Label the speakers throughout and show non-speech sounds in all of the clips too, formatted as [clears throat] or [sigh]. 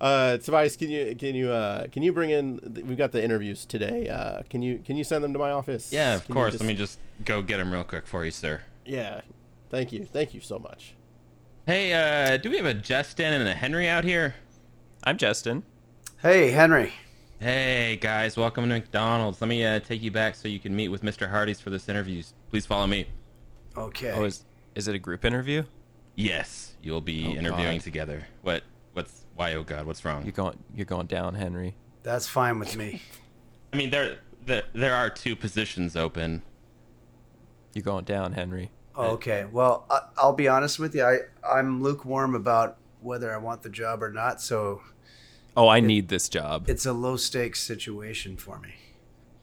Speaker 1: Uh, Tobias, can you can you uh, can you bring in? We've got the interviews today. Uh, can you can you send them to my office?
Speaker 2: Yeah, of
Speaker 1: Can you
Speaker 2: course.
Speaker 1: just-
Speaker 2: Let me just go get him real quick for you, sir.
Speaker 1: Yeah, thank you, thank you so much.
Speaker 2: Hey, uh, do we have a Justin and a Henry out here?
Speaker 3: I'm Justin.
Speaker 4: Hey, Henry.
Speaker 2: Hey guys, welcome to McDonald's. Let me uh, take you back so you can meet with Mr. Hardy's for this interview. Please follow me.
Speaker 4: Okay.
Speaker 3: Oh, is is it a group interview?
Speaker 2: Yes, you'll be interviewing
Speaker 3: Oh, God.
Speaker 2: together. What? What's? Why? Oh God, what's wrong?
Speaker 3: You're going you're going down, Henry.
Speaker 4: That's fine with me.
Speaker 1: [laughs]
Speaker 2: I mean, there, there, there are two positions open.
Speaker 3: You're going down, Henry.
Speaker 4: Oh, Okay. Well, I, I'll be honest with you. I, I'm lukewarm about whether I want the job or not, so
Speaker 3: Oh, I need this job.
Speaker 4: it's a low stakes situation for me.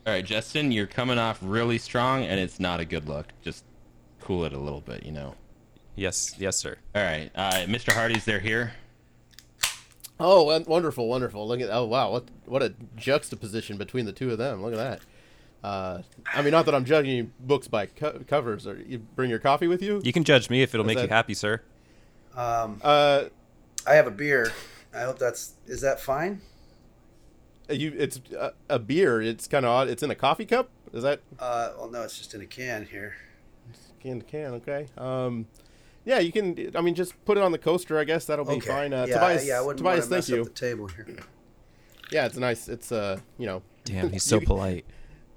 Speaker 2: All right, Justin, you're coming off really strong, and it's not a good look. Just cool it a little bit, you know.
Speaker 3: Yes, yes, sir.
Speaker 2: All right, uh, Mr. Hardy's there here.
Speaker 1: Oh, won- wonderful, wonderful. Look at oh wow, what what a juxtaposition between the two of them. Look at that. Uh, I mean, not that I'm judging you books by co- covers. Or you bring your coffee with you?
Speaker 3: You can judge me if it'll
Speaker 1: Is
Speaker 3: make you
Speaker 1: that-
Speaker 3: happy, sir.
Speaker 4: Um,
Speaker 1: Uh,
Speaker 4: I have a beer. I hope that's is that fine?
Speaker 1: you it's uh, a beer. It's kind of odd. It's in a coffee cup. Is that
Speaker 4: Uh, well, no, it's just in a can here.
Speaker 1: can to can? Okay. Um, yeah, you can. I mean, just put it on the coaster. I guess that'll be
Speaker 4: Okay.
Speaker 1: fine. Uh,
Speaker 4: yeah,
Speaker 1: Tobias,
Speaker 4: yeah, I wouldn't
Speaker 1: Tobias,
Speaker 4: want to
Speaker 1: thank
Speaker 4: mess
Speaker 1: you.
Speaker 4: up the table here.
Speaker 1: Yeah, it's nice. It's uh, you know,
Speaker 3: Damn, he's so
Speaker 1: You-
Speaker 3: polite.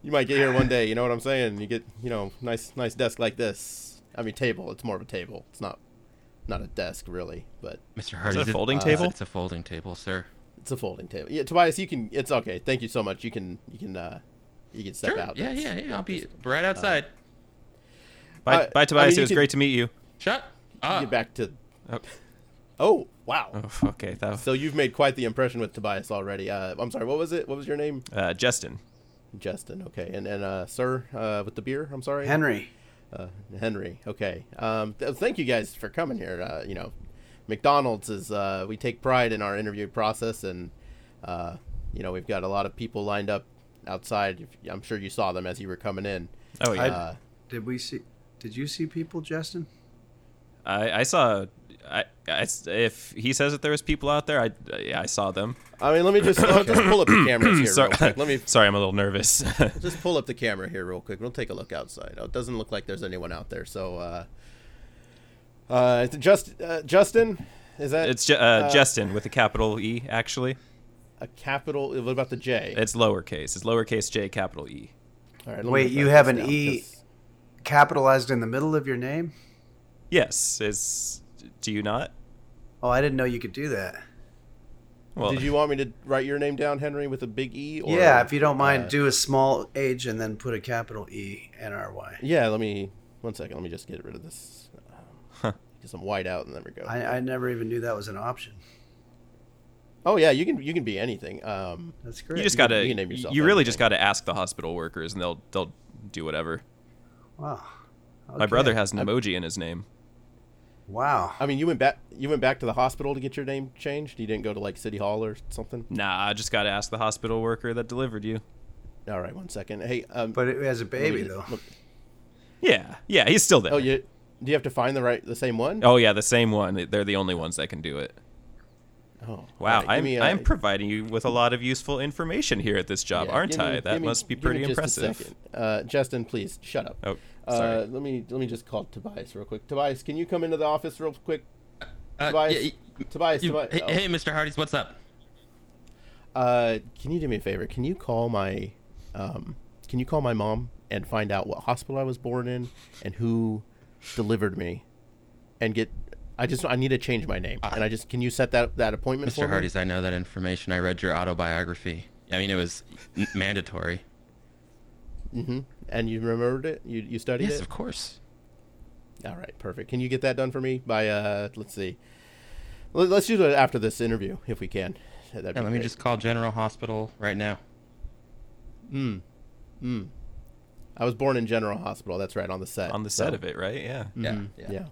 Speaker 1: you might get here one day. You know what I'm saying? You get you know nice nice desk like this. I mean table. It's more of a table. It's not not a desk really, but
Speaker 2: Mr. Hardy's
Speaker 3: it a folding table?
Speaker 2: It's a folding table, sir.
Speaker 1: it's a folding table. Yeah, Tobias, you can. It's okay. Thank you so much. You can you can uh you can step
Speaker 2: Sure.
Speaker 1: out.
Speaker 2: Yeah,
Speaker 1: That's-
Speaker 2: yeah, yeah. I'll be
Speaker 1: uh,
Speaker 2: right outside.
Speaker 3: Bye,
Speaker 1: I- I
Speaker 3: bye, Tobias.
Speaker 1: mean, you
Speaker 3: it was
Speaker 1: can-
Speaker 3: great to meet you.
Speaker 2: Shut
Speaker 1: you
Speaker 2: up.
Speaker 1: Get back to.
Speaker 3: Oh,
Speaker 1: Oh wow.
Speaker 3: oh, okay, that was,
Speaker 1: So you've made quite the impression with Tobias already. Uh, I'm sorry. What was it? What was your name?
Speaker 3: uh, Justin.
Speaker 1: Justin. Okay. And and uh, sir uh, with the beer. I'm sorry.
Speaker 4: Henry,
Speaker 1: Uh, Henry. Okay. Um, th- thank you guys for coming here. Uh, you know, McDonald's is uh, we take pride in our interview process, and uh, you know we've got a lot of people lined up outside. If- I'm sure you saw them as you were coming in.
Speaker 3: Oh yeah,
Speaker 1: Uh,
Speaker 4: did we see? Did you see people, Justin?
Speaker 3: I, I saw. I, I- if he says that there was people out there, I, yeah, I saw them.
Speaker 1: I mean, let me just, I'll just pull up the cameras
Speaker 3: [coughs]
Speaker 1: here.
Speaker 3: Sorry,
Speaker 1: real quick. Let me
Speaker 3: [laughs] sorry, I'm a little nervous. [laughs]
Speaker 1: just pull up the camera here real quick. We'll take a look outside. Oh, it doesn't look like there's anyone out there. So, uh, uh, it's just uh, Justin, is that
Speaker 3: it's ju- uh, Justin with a capital E. Actually,
Speaker 1: a capital? What about the J?
Speaker 3: it's lowercase. It's lowercase J, capital E.
Speaker 1: All right, let me
Speaker 4: Wait,
Speaker 1: write
Speaker 4: you
Speaker 1: this
Speaker 4: have an
Speaker 1: down,
Speaker 4: E.
Speaker 1: 'cause-
Speaker 4: Capitalized in the middle of your name?
Speaker 3: Yes, is do you not?
Speaker 4: Oh, I didn't know you could do that.
Speaker 3: Well, [laughs]
Speaker 1: Did you want me to write your name down, Henry, with a big E? Or,
Speaker 4: yeah, if you don't mind,
Speaker 1: uh,
Speaker 4: do a small H and then put a capital E N R Y.
Speaker 1: Yeah, let me. One second. Let me just get rid of this. um,
Speaker 3: Huh.
Speaker 1: Get some white out, and there we go.
Speaker 4: I, uh, I never even knew that was an option.
Speaker 1: oh yeah, you can you can be anything. Um,
Speaker 4: That's great.
Speaker 3: you just
Speaker 1: You can-
Speaker 3: gotta.
Speaker 1: you
Speaker 3: You,
Speaker 1: can name yourself
Speaker 3: really
Speaker 1: anything.
Speaker 3: just gotta ask the hospital workers, and they'll they'll do whatever.
Speaker 4: wow.
Speaker 3: My
Speaker 4: Okay.
Speaker 3: brother has an emoji in his name.
Speaker 4: Wow.
Speaker 1: I mean, you went back you went back to the hospital to get your name changed. You didn't go to like City Hall or something.
Speaker 3: Nah, I just gotta ask the hospital worker that delivered you.
Speaker 1: All right, one second. Hey, um,
Speaker 4: But it, as a
Speaker 1: let me
Speaker 4: baby
Speaker 1: just
Speaker 4: though.
Speaker 1: look-
Speaker 3: Yeah, yeah, he's still there.
Speaker 1: Oh, you do you have to find the right the same one?
Speaker 3: Oh yeah, the same one. They're the only ones that can do it.
Speaker 1: Oh, all
Speaker 3: Wow,
Speaker 1: right, give
Speaker 3: I'm
Speaker 1: me, uh,
Speaker 3: I'm providing you with a lot of useful information here at this job,
Speaker 1: yeah,
Speaker 3: aren't
Speaker 1: give me-
Speaker 3: I?
Speaker 1: give
Speaker 3: That
Speaker 1: me-
Speaker 3: must be
Speaker 1: give me
Speaker 3: pretty
Speaker 1: just a
Speaker 3: impressive.
Speaker 1: second. Uh, Justin, please shut up.
Speaker 3: Oh, sorry.
Speaker 1: Uh, let me let me just call Tobias real quick. Tobias, can you come into the office real quick?
Speaker 2: Uh,
Speaker 1: Tobias,
Speaker 2: yeah, y-
Speaker 1: Tobias,
Speaker 2: you-
Speaker 1: Tobias.
Speaker 2: hey,
Speaker 1: oh.
Speaker 2: hey, Mr. Hardy's, what's up?
Speaker 1: Uh, can you do me a favor? Can you call my, um, can you call my mom and find out what hospital I was born in and who delivered me, and get. I just I need to change my name,
Speaker 3: Ah.
Speaker 1: and I just can you set that that appointment for
Speaker 2: Mr. Hardy's, I know that information. I read your autobiography. I mean, it was n- mandatory.
Speaker 1: me? And you remembered it? You you studied
Speaker 2: [laughs]
Speaker 1: it?
Speaker 2: Yes, of course.
Speaker 1: All right, perfect. Can you get that done for me by uh? Let's see. Let- Let's do it after this interview if we can. That'd be
Speaker 2: Yeah, let me
Speaker 1: great.
Speaker 2: just call General Hospital right now.
Speaker 1: I was born in General Hospital. That's Mm. right on the set.
Speaker 3: On the set of it, right? Yeah.
Speaker 2: Mm-hmm.
Speaker 1: Yeah. yeah.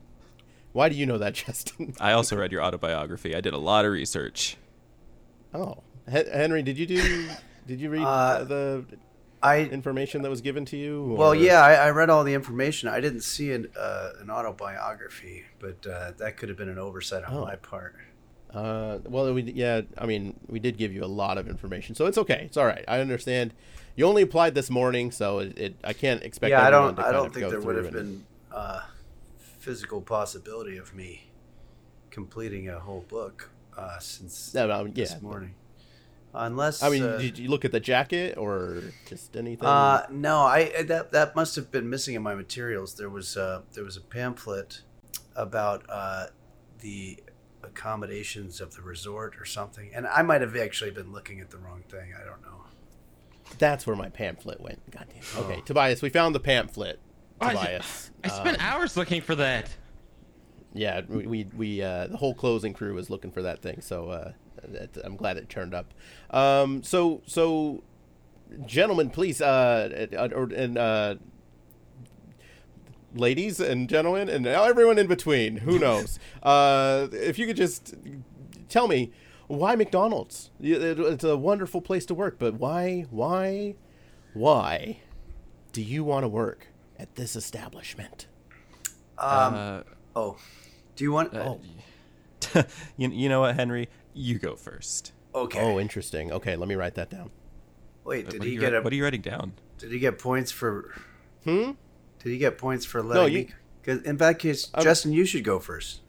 Speaker 1: Why do you know that, [laughs] Justin?
Speaker 3: I also read your autobiography. I did a lot of research.
Speaker 1: Oh, Hen- Henry, did you do? did you read
Speaker 4: Uh,
Speaker 1: the
Speaker 4: I
Speaker 1: information that was given to you?
Speaker 4: well,
Speaker 1: or-
Speaker 4: yeah, I, I read all the information. I didn't see an uh, an autobiography, but uh, that could have been an oversight on
Speaker 1: Oh.
Speaker 4: my part.
Speaker 1: Uh, well, we yeah, I mean, we did give you a lot of information, so it's okay. It's all right. I understand. You only applied this morning, so it, it I can't expect.
Speaker 4: yeah, I
Speaker 1: everyone
Speaker 4: don't.
Speaker 1: to
Speaker 4: I
Speaker 1: kind
Speaker 4: don't
Speaker 1: of
Speaker 4: think
Speaker 1: go
Speaker 4: there would
Speaker 1: through
Speaker 4: have
Speaker 1: and-
Speaker 4: been uh, physical possibility of me completing a whole book uh, since
Speaker 1: No, no, yeah.
Speaker 4: this morning, unless
Speaker 1: I mean,
Speaker 4: uh,
Speaker 1: did you look at the jacket or just anything?
Speaker 4: Uh, no, I I- that that must have been missing in my materials. There was a, there was a pamphlet about uh, the accommodations of the resort or something, and I might have actually been looking at the wrong thing. I don't know.
Speaker 1: That's where my pamphlet went. God damn. it. Okay,
Speaker 4: Oh.
Speaker 1: Tobias, we found the pamphlet.
Speaker 2: I-
Speaker 1: Tobias.
Speaker 2: I spent
Speaker 1: Um,
Speaker 2: hours looking for that.
Speaker 1: yeah, we we, we uh, the whole closing crew was looking for that thing, so uh, that, I'm glad it turned up. Um, so so, gentlemen, please, uh, and- or- and uh, ladies and gentlemen, and everyone in between, who knows? uh, if you could just tell me why McDonald's? You- it- It's a wonderful place to work, but why, why, why do you want to work at this establishment?
Speaker 4: Um,
Speaker 3: uh,
Speaker 4: oh, do you want?
Speaker 3: uh,
Speaker 4: oh,
Speaker 3: [laughs] you, you know what, Henry? You go first.
Speaker 4: okay.
Speaker 1: Oh, interesting. Okay, let me write that down.
Speaker 4: Wait, did
Speaker 3: what,
Speaker 4: he
Speaker 3: are you,
Speaker 4: get
Speaker 3: wri-
Speaker 4: a,
Speaker 3: what are you writing down?
Speaker 4: Did he get points for?
Speaker 1: Hmm?
Speaker 4: Did he get points for letting
Speaker 1: you-
Speaker 4: me? Cause in that case,
Speaker 1: Um,
Speaker 4: Justin, you should go first.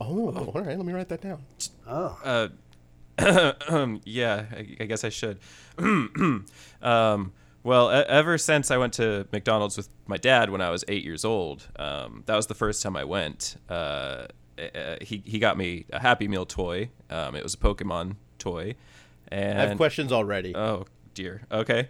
Speaker 1: Oh, all right. Let me write that down.
Speaker 4: Oh,
Speaker 3: Uh, [coughs] yeah, I, I guess I should. [coughs] um, well, e- ever since I went to McDonald's with my dad when I was eight years old, um, that was the first time I went. Uh, uh, he he got me a Happy Meal toy. Um, it was a Pokemon toy, and
Speaker 1: I have questions already.
Speaker 3: oh dear, okay.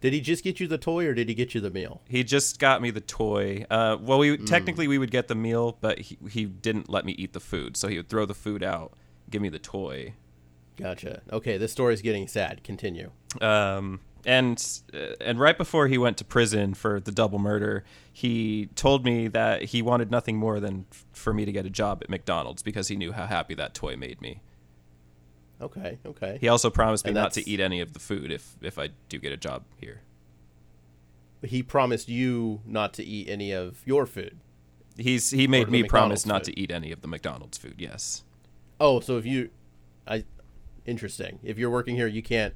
Speaker 1: did he just get you the toy or did he get you the meal?
Speaker 3: He just got me the toy. Uh, well, we
Speaker 1: Mm.
Speaker 3: technically we would get the meal, but he, he didn't let me eat the food, so he would throw the food out, give me the toy,
Speaker 1: Gotcha. Okay, this story's getting sad. Continue.
Speaker 3: um, and uh, and right before he went to prison for the double murder, he told me that he wanted nothing more than f- for me to get a job at McDonald's because he knew how happy that toy made me.
Speaker 1: Okay, okay.
Speaker 3: He also promised me
Speaker 1: And
Speaker 3: not to
Speaker 1: that's-
Speaker 3: eat any of the food if if I do get a job here.
Speaker 1: He promised you not to eat any of your food.
Speaker 3: He's he
Speaker 1: Or
Speaker 3: made
Speaker 1: the
Speaker 3: me
Speaker 1: McDonald's
Speaker 3: promise not
Speaker 1: food.
Speaker 3: to eat any of the McDonald's food. Yes.
Speaker 1: Oh, so if you, I, interesting. If you're working here, you can't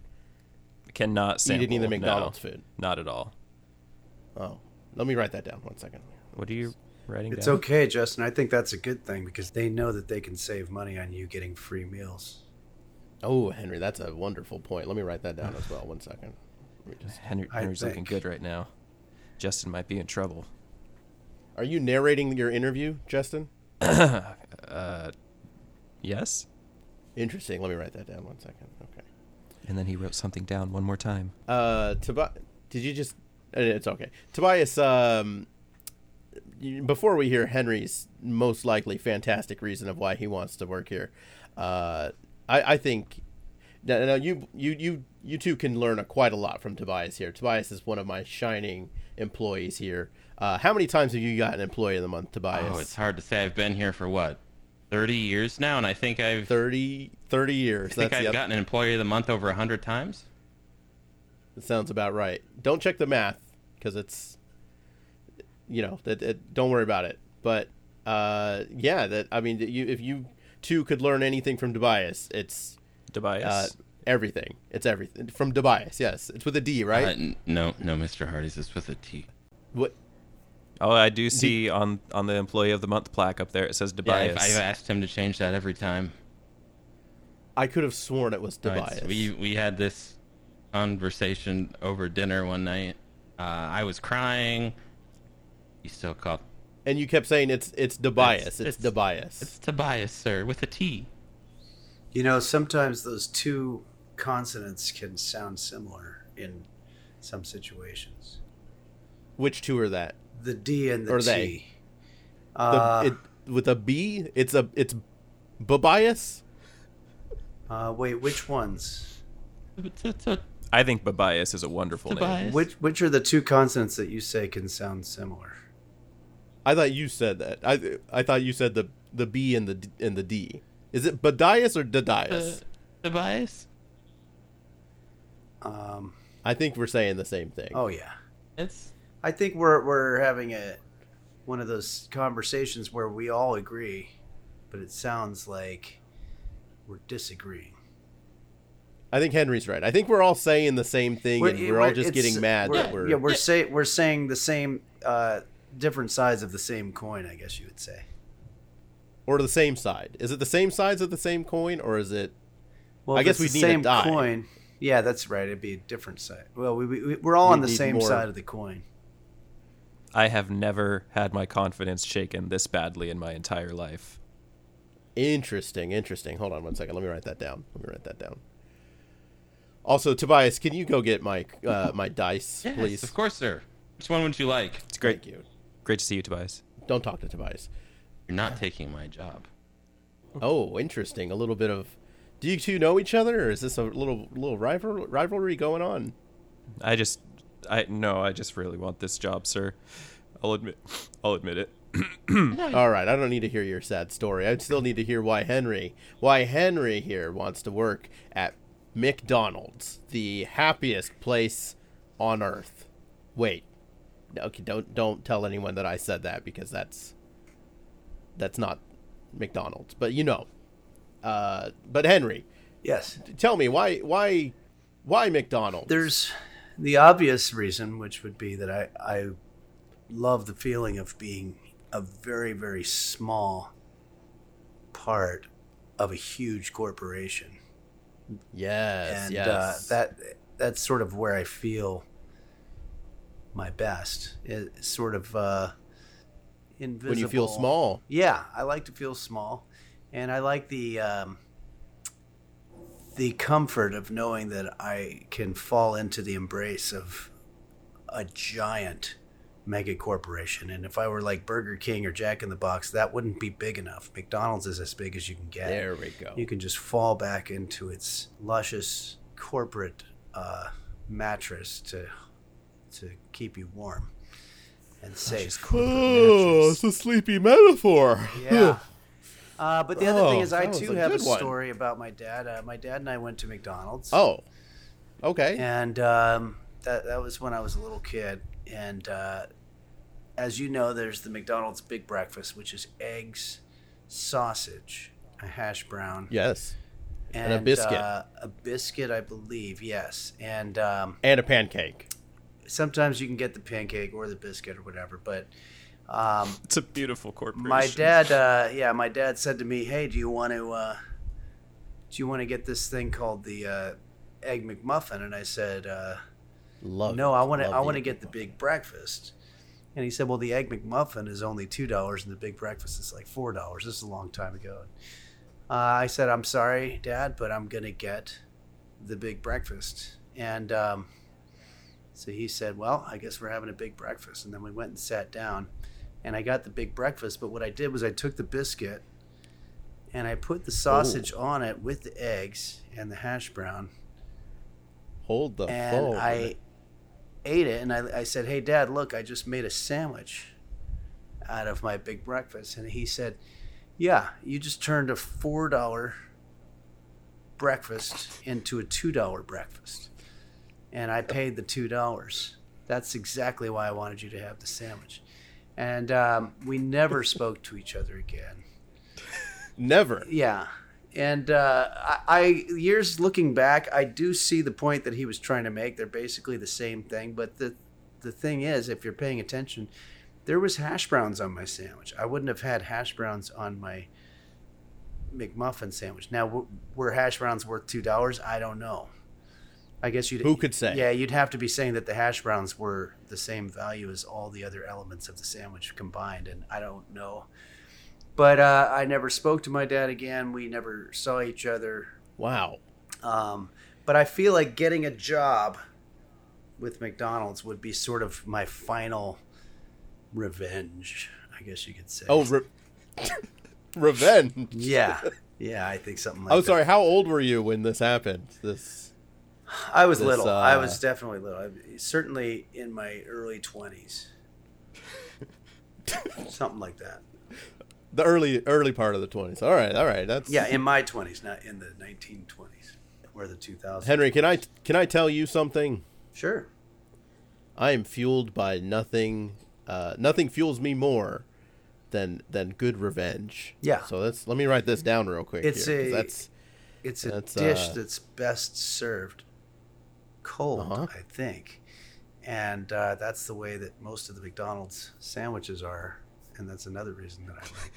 Speaker 3: Cannot sample.
Speaker 1: eat any of the
Speaker 3: no.
Speaker 1: McDonald's food.
Speaker 3: Not at all.
Speaker 1: Oh, let me write that down. One second.
Speaker 3: What are you writing
Speaker 4: It's
Speaker 3: down?
Speaker 4: okay, Justin. I think that's a good thing because they know that they can save money on you getting free meals.
Speaker 1: Oh, Henry, that's a wonderful point. Let me write that down as well. One second. Let me just-
Speaker 3: Henry,
Speaker 4: I
Speaker 3: Henry's looking
Speaker 4: think.
Speaker 3: good right now. Justin might be in trouble.
Speaker 1: Are you narrating your interview, Justin?
Speaker 3: Yes.
Speaker 1: Interesting. Let me write that down. One second. Okay.
Speaker 3: And then he wrote something down one more time.
Speaker 1: Uh, Tobi- did you just? uh, It's okay. Tobias, um, you- before we hear Henry's most likely fantastic reason of why he wants to work here, uh, I, I think now, now you you you you two can learn a, quite a lot from Tobias here. Tobias is one of my shining employees here. Uh, how many times have you gotten employee of the month, Tobias?
Speaker 2: Oh, it's hard to say. I've been here for what, 30 years now, and I think I've
Speaker 1: 30, 30 years.
Speaker 2: I think I've
Speaker 1: the-
Speaker 2: gotten an employee of the month over 100 times.
Speaker 1: That sounds about right. Don't check the math because it's, you know, that it, don't worry about it. But uh, yeah, that I mean, that you if you two could learn anything from Tobias, it's
Speaker 3: Tobias.
Speaker 1: uh, everything. It's everything from Tobias. Yes, it's with a D, right?
Speaker 2: Uh, n- no, no, Mr. Hardy's is with a T.
Speaker 1: what?
Speaker 3: Oh, I do see on on the employee of the month plaque up there. It says
Speaker 2: Yeah, I've,
Speaker 3: Tobias.
Speaker 2: I've asked him to change that every time.
Speaker 1: I could have sworn it was
Speaker 2: No, it's-
Speaker 1: Tobias.
Speaker 2: we we had this conversation over dinner one night. Uh, I was crying. He still called.
Speaker 1: and you kept saying it's it's Tobias. It's,
Speaker 2: It's-
Speaker 1: it's
Speaker 2: it's-
Speaker 1: Tobias.
Speaker 2: It's Tobias, sir, with a T.
Speaker 4: You know, sometimes those two consonants can sound similar in some situations.
Speaker 1: Which two are that?
Speaker 4: The D and the
Speaker 1: Or
Speaker 4: T.
Speaker 1: they. The,
Speaker 4: Uh,
Speaker 1: it, with a B, it's a it's Babias.
Speaker 4: uh, wait, which ones?
Speaker 2: T- t-
Speaker 3: I think Babias is a wonderful name.
Speaker 2: Tobias.
Speaker 4: Which which are the two consonants that you say can sound similar?
Speaker 1: I thought you said that. I I thought you said the the B and the D, and the D. Is it Badias or
Speaker 2: Uh,
Speaker 1: Dadias?
Speaker 2: Tobias.
Speaker 4: Um,
Speaker 1: I think we're saying the same thing.
Speaker 4: oh yeah,
Speaker 2: It's
Speaker 4: I think we're we're having a one of those conversations where we all agree, but it sounds like we're disagreeing.
Speaker 1: I think Henry's right. I think we're all saying the same thing, and we're, all just
Speaker 4: it's-
Speaker 1: getting mad
Speaker 4: we're-
Speaker 1: that we're
Speaker 4: yeah we're say we're saying the same uh, different sides of the same coin. I guess you would say.
Speaker 1: or the same side. Is it the same sides of the same coin, or is it?
Speaker 4: Well,
Speaker 1: I
Speaker 4: if
Speaker 1: guess
Speaker 4: it's
Speaker 1: we'd
Speaker 4: the
Speaker 1: need a
Speaker 4: same
Speaker 1: die.
Speaker 4: coin. Yeah, that's right. It'd be a different side. Well, we, we we're all on
Speaker 1: We'd
Speaker 4: the
Speaker 1: need
Speaker 4: same
Speaker 1: more-
Speaker 4: side of the coin.
Speaker 3: I have never had my confidence shaken this badly in my entire life.
Speaker 1: Interesting, interesting. Hold on one second. Let me write that down. Let me write that down. Also, Tobias, can you go get my uh, my dice,
Speaker 2: Yes,
Speaker 1: please?
Speaker 2: of course, sir. Which one would you like?
Speaker 3: It's great.
Speaker 1: Thank you.
Speaker 3: Great to see you, Tobias.
Speaker 1: Don't talk to Tobias.
Speaker 2: You're not taking my job.
Speaker 1: Oh, interesting. A little bit of. Do you two know each other, or is this a little little rival rivalry going on?
Speaker 3: I just, I no, I just really want this job, sir. I'll admit, I'll admit it.
Speaker 1: All right, I don't need to hear your sad story. I still need to hear why Henry, why Henry here wants to work at McDonald's, the happiest place on earth. Wait, No, okay, don't don't tell anyone that I said that because that's that's not McDonald's, but you know. Uh, but Henry,
Speaker 4: Yes.
Speaker 1: tell me why why why McDonald's?
Speaker 4: There's the obvious reason, which would be that I, I love the feeling of being a very, very small part of a huge corporation.
Speaker 1: yes,
Speaker 4: And
Speaker 1: yes.
Speaker 4: uh, that that's sort of where I feel my best. It's sort of uh, invisible.
Speaker 1: when you feel small,
Speaker 4: Yeah, I like to feel small, and I like the um, the comfort of knowing that I can fall into the embrace of a giant mega corporation. And if I were like Burger King or Jack in the Box, that wouldn't be big enough. McDonald's is as big as you can get.
Speaker 1: there we go.
Speaker 4: You can just fall back into its luscious corporate uh, mattress to to keep you warm and safe.
Speaker 1: Oh,
Speaker 4: mattress.
Speaker 1: it's a sleepy metaphor.
Speaker 4: Yeah. Uh, but the other thing
Speaker 1: Oh,
Speaker 4: is, I
Speaker 1: that was
Speaker 4: too
Speaker 1: a
Speaker 4: have a
Speaker 1: good one.
Speaker 4: story about my dad. Uh, my dad and I went to McDonald's.
Speaker 1: Oh, okay.
Speaker 4: And um, that, that was when I was a little kid. And uh, as you know, there's the McDonald's Big Breakfast, which is eggs, sausage, a hash brown,
Speaker 1: Yes, and a biscuit.
Speaker 4: Uh, a biscuit, I believe, yes. And um,
Speaker 1: and a pancake.
Speaker 4: sometimes you can get the pancake or the biscuit or whatever. But um,
Speaker 3: It's a beautiful corporation.
Speaker 4: my dad uh, yeah my dad said to me hey do you want to uh, do you want to get this thing called the uh, egg mcmuffin and i said uh,
Speaker 1: Love.
Speaker 4: no
Speaker 1: it.
Speaker 4: i want to
Speaker 1: Love
Speaker 4: i
Speaker 1: the
Speaker 4: want to
Speaker 1: egg
Speaker 4: get the
Speaker 1: McMuffin.
Speaker 4: big breakfast and he said well the egg mcmuffin is only two dollars and the big breakfast is like four dollars this is a long time ago uh, i said i'm sorry dad but i'm gonna get the big breakfast and um, so he said well i guess we're having a big breakfast and then we went and sat down and I got the big breakfast. But what I did was I took the biscuit and I put the sausage on it with the eggs and the hash brown,
Speaker 1: Hold the
Speaker 4: and
Speaker 1: phone.
Speaker 4: I ate it. And I, I said, "Hey, Dad, look, I just made a sandwich out of my big breakfast." And he said, "Yeah, you just turned a four dollar breakfast into a two dollar breakfast." And I paid the two dollars. That's exactly why I wanted you to have the sandwich. And um, we never spoke to each other again.
Speaker 1: Never.
Speaker 4: Yeah. And uh, I, I, years looking back, I do see the point that he was trying to make. They're basically the same thing. But the, the thing is, if you're paying attention, there was hash browns on my sandwich. I wouldn't have had hash browns on my McMuffin sandwich. Now, w- were hash browns worth $2? I don't know. I guess you'd.
Speaker 1: Who could say?
Speaker 4: Yeah, you'd have to be saying that the hash browns were the same value as all the other elements of the sandwich combined, and I don't know. But uh, I never spoke to my dad again. We never saw each other.
Speaker 1: Wow.
Speaker 4: Um, but I feel like getting a job with McDonald's would be sort of my final revenge, I guess you could say.
Speaker 1: Oh, re- [laughs] revenge. [laughs]
Speaker 4: yeah, yeah, I think something like
Speaker 1: I'm
Speaker 4: that.
Speaker 1: Oh, sorry. How old were you when this happened? This.
Speaker 4: I was
Speaker 1: This,
Speaker 4: little. I
Speaker 1: uh,
Speaker 4: was definitely little. I, certainly in my
Speaker 1: [laughs]
Speaker 4: early twenties, something like that.
Speaker 1: The early early part of the 20s. All right. All right. That's.
Speaker 4: Yeah, in my twenties, not in the nineteen twenties or the two thousand.
Speaker 1: Henry, can I can I tell you something?
Speaker 4: Sure.
Speaker 1: I am fueled by nothing. Uh, nothing fuels me more than than good revenge.
Speaker 4: Yeah.
Speaker 1: So let's let me write this down real quick.
Speaker 4: It's
Speaker 1: here, 'cause
Speaker 4: a-
Speaker 1: that's
Speaker 4: It's a
Speaker 1: That's,
Speaker 4: dish
Speaker 1: uh,
Speaker 4: that's best served cold,
Speaker 1: Uh-huh.
Speaker 4: I think, and uh, that's the way that most of the McDonald's sandwiches are, and that's another reason that I like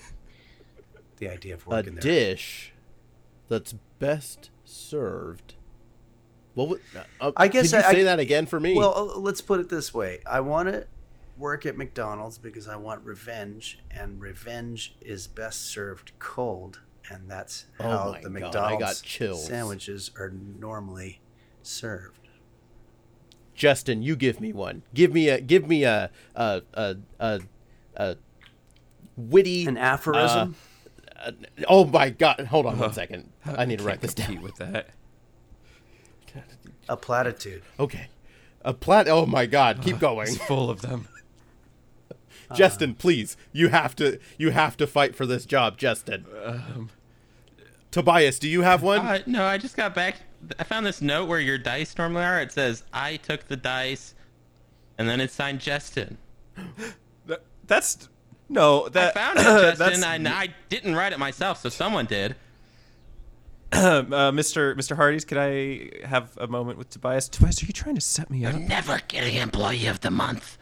Speaker 4: the idea of
Speaker 1: a
Speaker 4: working there.
Speaker 1: dish that's best served. What would uh,
Speaker 4: I guess
Speaker 1: Could you
Speaker 4: I-
Speaker 1: say
Speaker 4: I-
Speaker 1: that again for me?
Speaker 4: Well, uh, let's put it this way: I want to work at McDonald's because I want revenge, and revenge is best served cold, and that's
Speaker 1: Oh
Speaker 4: how
Speaker 1: my
Speaker 4: the
Speaker 1: God, I
Speaker 4: McDonald's
Speaker 1: got chills.
Speaker 4: sandwiches are normally served.
Speaker 1: Justin, you give me one. Give me a give me a a a a, a witty.
Speaker 4: An aphorism.
Speaker 1: uh, oh my god! Hold on one second. I need to
Speaker 3: Can't
Speaker 1: write this
Speaker 3: compete
Speaker 1: down.
Speaker 3: with that.
Speaker 1: Uh,
Speaker 4: A platitude.
Speaker 1: Okay. A plat. Oh my god! Keep going,
Speaker 3: It's full of [laughs] them.
Speaker 1: Uh, Justin. Please, you have to you have to fight for this job, Justin.
Speaker 4: Um,
Speaker 1: Tobias, do you have one?
Speaker 2: Uh, no, I just got back. I found this note where your dice normally are. It says, I took the dice, and then it's signed Justin.
Speaker 3: Th- That's no.
Speaker 2: I
Speaker 3: That [clears throat] [coughs]
Speaker 2: found it, Justin,
Speaker 3: Uh, that's-
Speaker 2: and I didn't write it myself, so someone did.
Speaker 3: uh, Mr. Mr. Hardy's, could I have a moment with Tobias? Tobias, are you trying to set me up?
Speaker 2: Never getting Employee of the Month.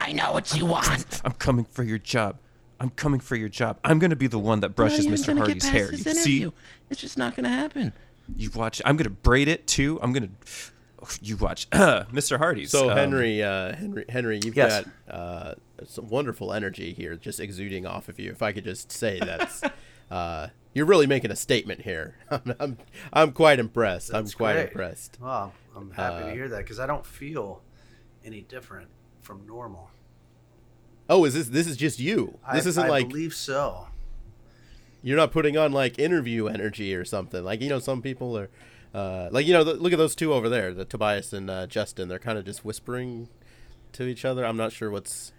Speaker 2: I know what you [laughs] want.
Speaker 3: I'm coming for your job. I'm coming for your job. I'm gonna be the one that brushes Mr. Hardy's hair. You see,
Speaker 2: It's just not going to happen.
Speaker 3: you watch. I'm gonna braid it too. I'm gonna. [sighs] You watch, [clears throat] Mr. Hardy's.
Speaker 1: So
Speaker 3: um,
Speaker 1: Henry, uh, Henry, Henry, you've
Speaker 4: Yes.
Speaker 1: got uh, some wonderful energy here, just exuding off of you. If I could just say
Speaker 4: [laughs]
Speaker 1: that's, uh, you're really making a statement here. [laughs] I'm, I'm, I'm quite impressed. I'm
Speaker 4: That's
Speaker 1: quite
Speaker 4: great.
Speaker 1: impressed. Uh,
Speaker 4: Well, I'm happy to hear that because I don't feel any different from normal.
Speaker 1: Oh, is this this is just you? This
Speaker 4: I,
Speaker 1: isn't
Speaker 4: I
Speaker 1: like
Speaker 4: believe so.
Speaker 1: you're not putting on like interview energy or something. Like you know, some people are, uh, like you know, th- look at those two over there, the Tobias and uh, Justin. They're kind of just whispering to each other. I'm not sure what's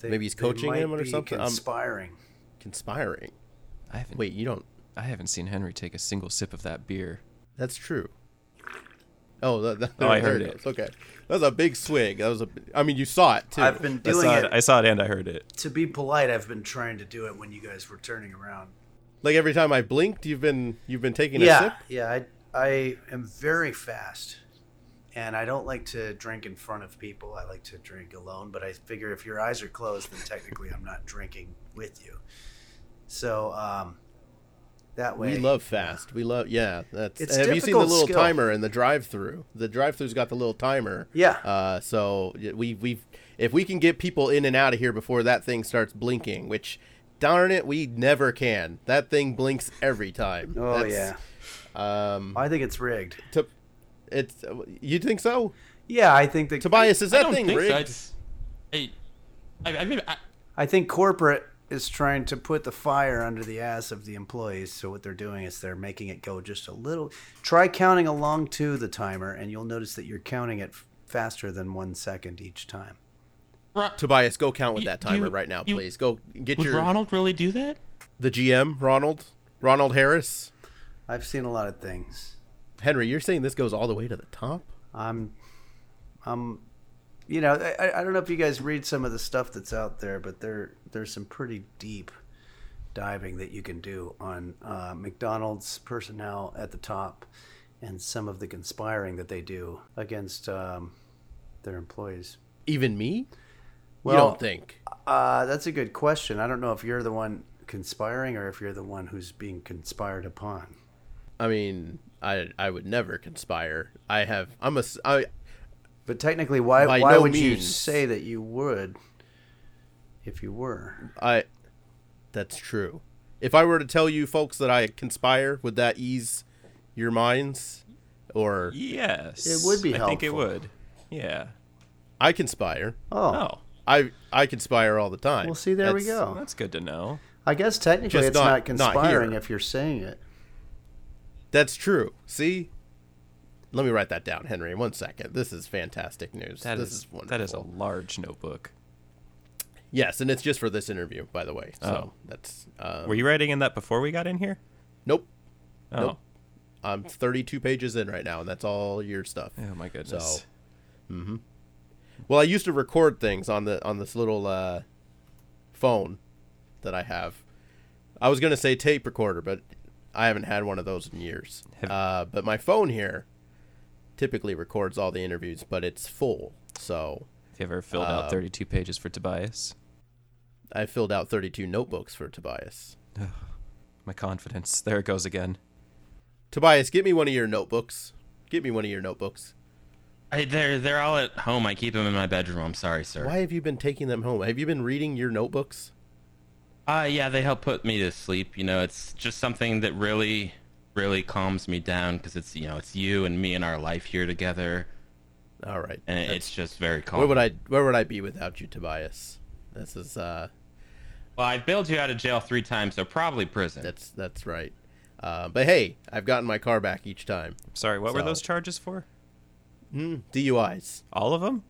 Speaker 4: They-
Speaker 1: Maybe he's
Speaker 4: they
Speaker 1: coaching
Speaker 4: might
Speaker 1: him or
Speaker 4: be
Speaker 1: something. I'm-
Speaker 4: Conspiring.
Speaker 1: conspiring.
Speaker 3: I haven't.
Speaker 1: Wait, you don't
Speaker 3: I haven't seen Henry take a single sip of that beer.
Speaker 1: That's true. Oh, that, that,
Speaker 3: Oh, I
Speaker 1: there
Speaker 3: heard it.
Speaker 1: is. Okay, that was a big swig. That was a. I mean, you saw it too.
Speaker 4: I've been
Speaker 3: I
Speaker 4: doing
Speaker 3: saw
Speaker 4: it.
Speaker 3: it. I saw it and I heard it.
Speaker 4: To be polite, I've been trying to do it when you guys were turning around.
Speaker 1: like every time I blinked, you've been you've been taking a
Speaker 4: yeah,
Speaker 1: sip.
Speaker 4: yeah. I I am very fast, and I don't like to drink in front of people. I like to drink alone. But I figure if your eyes are closed, then technically I'm not drinking with you. So um, that way
Speaker 1: We love fast. We love yeah. That's
Speaker 4: It's
Speaker 1: and have you seen the
Speaker 4: difficult
Speaker 1: little
Speaker 4: skill.
Speaker 1: timer in the drive-through? The drive-through's got the little timer.
Speaker 4: Yeah.
Speaker 1: Uh, so y- we we if we can get people in and out of here before that thing starts blinking, which darn it, we never can. That thing blinks every time.
Speaker 4: Oh
Speaker 1: That's- Um,
Speaker 4: I think it's rigged.
Speaker 1: to, it's you think so?
Speaker 4: Yeah, I think that
Speaker 1: Tobias, is
Speaker 2: I
Speaker 1: that
Speaker 2: don't
Speaker 1: thing
Speaker 2: think so.
Speaker 1: rigged?
Speaker 2: It's- I, I, I mean, I,
Speaker 4: I think corporate is trying to put the fire under the ass of the employees. So what they're doing is they're making it go just a little. Try counting along to the timer, and you'll notice that you're counting it f- faster than one second each time.
Speaker 2: Ro-
Speaker 1: Tobias, go count with
Speaker 2: You-
Speaker 1: that timer
Speaker 2: you-
Speaker 1: right now,
Speaker 2: you-
Speaker 1: please. Go get
Speaker 2: would
Speaker 1: your
Speaker 2: Ronald really do that?
Speaker 1: the GM, Ronald, Ronald Harris,
Speaker 4: I've seen a lot of things.
Speaker 1: Henry. You're saying this goes all the way to the top?
Speaker 4: I'm, I'm, you know, I, I- I don't know if you guys read some of the stuff that's out there, but there there's some pretty deep diving that you can do on uh, McDonald's personnel at the top, and some of the conspiring that they do against um, their employees.
Speaker 1: Even me? you
Speaker 4: Well,
Speaker 1: don't think?
Speaker 4: uh, that's a good question. I don't know if you're the one conspiring or if you're the one who's being conspired upon.
Speaker 1: I mean, I I would never conspire. I have. I'm a. s- I,
Speaker 4: But technically, why
Speaker 1: By
Speaker 4: why
Speaker 1: no
Speaker 4: would you
Speaker 1: means.
Speaker 4: say that you would if you were?
Speaker 1: I. That's true. If I were to tell you folks that I conspire, would that ease your minds? Or
Speaker 3: Yes.
Speaker 4: It would be
Speaker 3: I think it
Speaker 4: helpful.
Speaker 3: would. Yeah.
Speaker 1: I conspire.
Speaker 4: Oh,
Speaker 3: Oh,
Speaker 1: I I conspire all the time.
Speaker 4: well, see, there we
Speaker 1: That's-
Speaker 3: well,
Speaker 4: go.
Speaker 3: Oh, that's good to know.
Speaker 4: I guess technically
Speaker 1: Just
Speaker 4: it's
Speaker 1: not-
Speaker 4: not,
Speaker 1: not
Speaker 4: conspiring
Speaker 1: here.
Speaker 4: if you're saying it.
Speaker 1: That's true. See? Let me write that down, Henry. One second. This is fantastic news.
Speaker 3: That
Speaker 1: this
Speaker 3: is
Speaker 1: is, wonderful.
Speaker 3: that is a large notebook.
Speaker 1: yes, and it's just for this interview, by the way.
Speaker 3: Oh.
Speaker 1: So that's uh,
Speaker 3: Were you writing in that before we got in here?
Speaker 1: nope.
Speaker 3: Oh.
Speaker 1: Nope. I'm 32 pages in right now, and that's all your stuff.
Speaker 3: Oh my goodness.
Speaker 1: So, mm-hmm. Well, I used to record things on the on this little uh, phone that I have. I was gonna say tape recorder, but I haven't had one of those in years.
Speaker 3: Have-
Speaker 1: Uh, but my phone here typically records all the interviews, but it's full. So
Speaker 3: Have you ever filled
Speaker 1: Uh,
Speaker 3: out 32 pages for Tobias?
Speaker 1: I filled out 32 notebooks for Tobias.
Speaker 3: My confidence. There it goes again.
Speaker 1: Tobias, get me one of your notebooks. Get me one of your notebooks.
Speaker 2: I, they're they're all at home. I keep them in my bedroom. I'm sorry, sir.
Speaker 1: Why have you been taking them home? Have you been reading your notebooks?
Speaker 2: Uh, yeah, they help put me to sleep. You know, it's just something that really, really calms me down because it's you know it's you and me and our life here together,
Speaker 1: All right.
Speaker 2: and
Speaker 1: That's-
Speaker 2: it's just very calm.
Speaker 1: where would I where would I be without you, Tobias? This is uh
Speaker 2: Well, I've bailed you out of jail three times, so probably prison.
Speaker 1: that's that's right. Uh, but hey, I've gotten my car back each time.
Speaker 3: Sorry, what were
Speaker 1: So-
Speaker 3: those charges for?
Speaker 1: Mm, DUIs.
Speaker 3: All of them?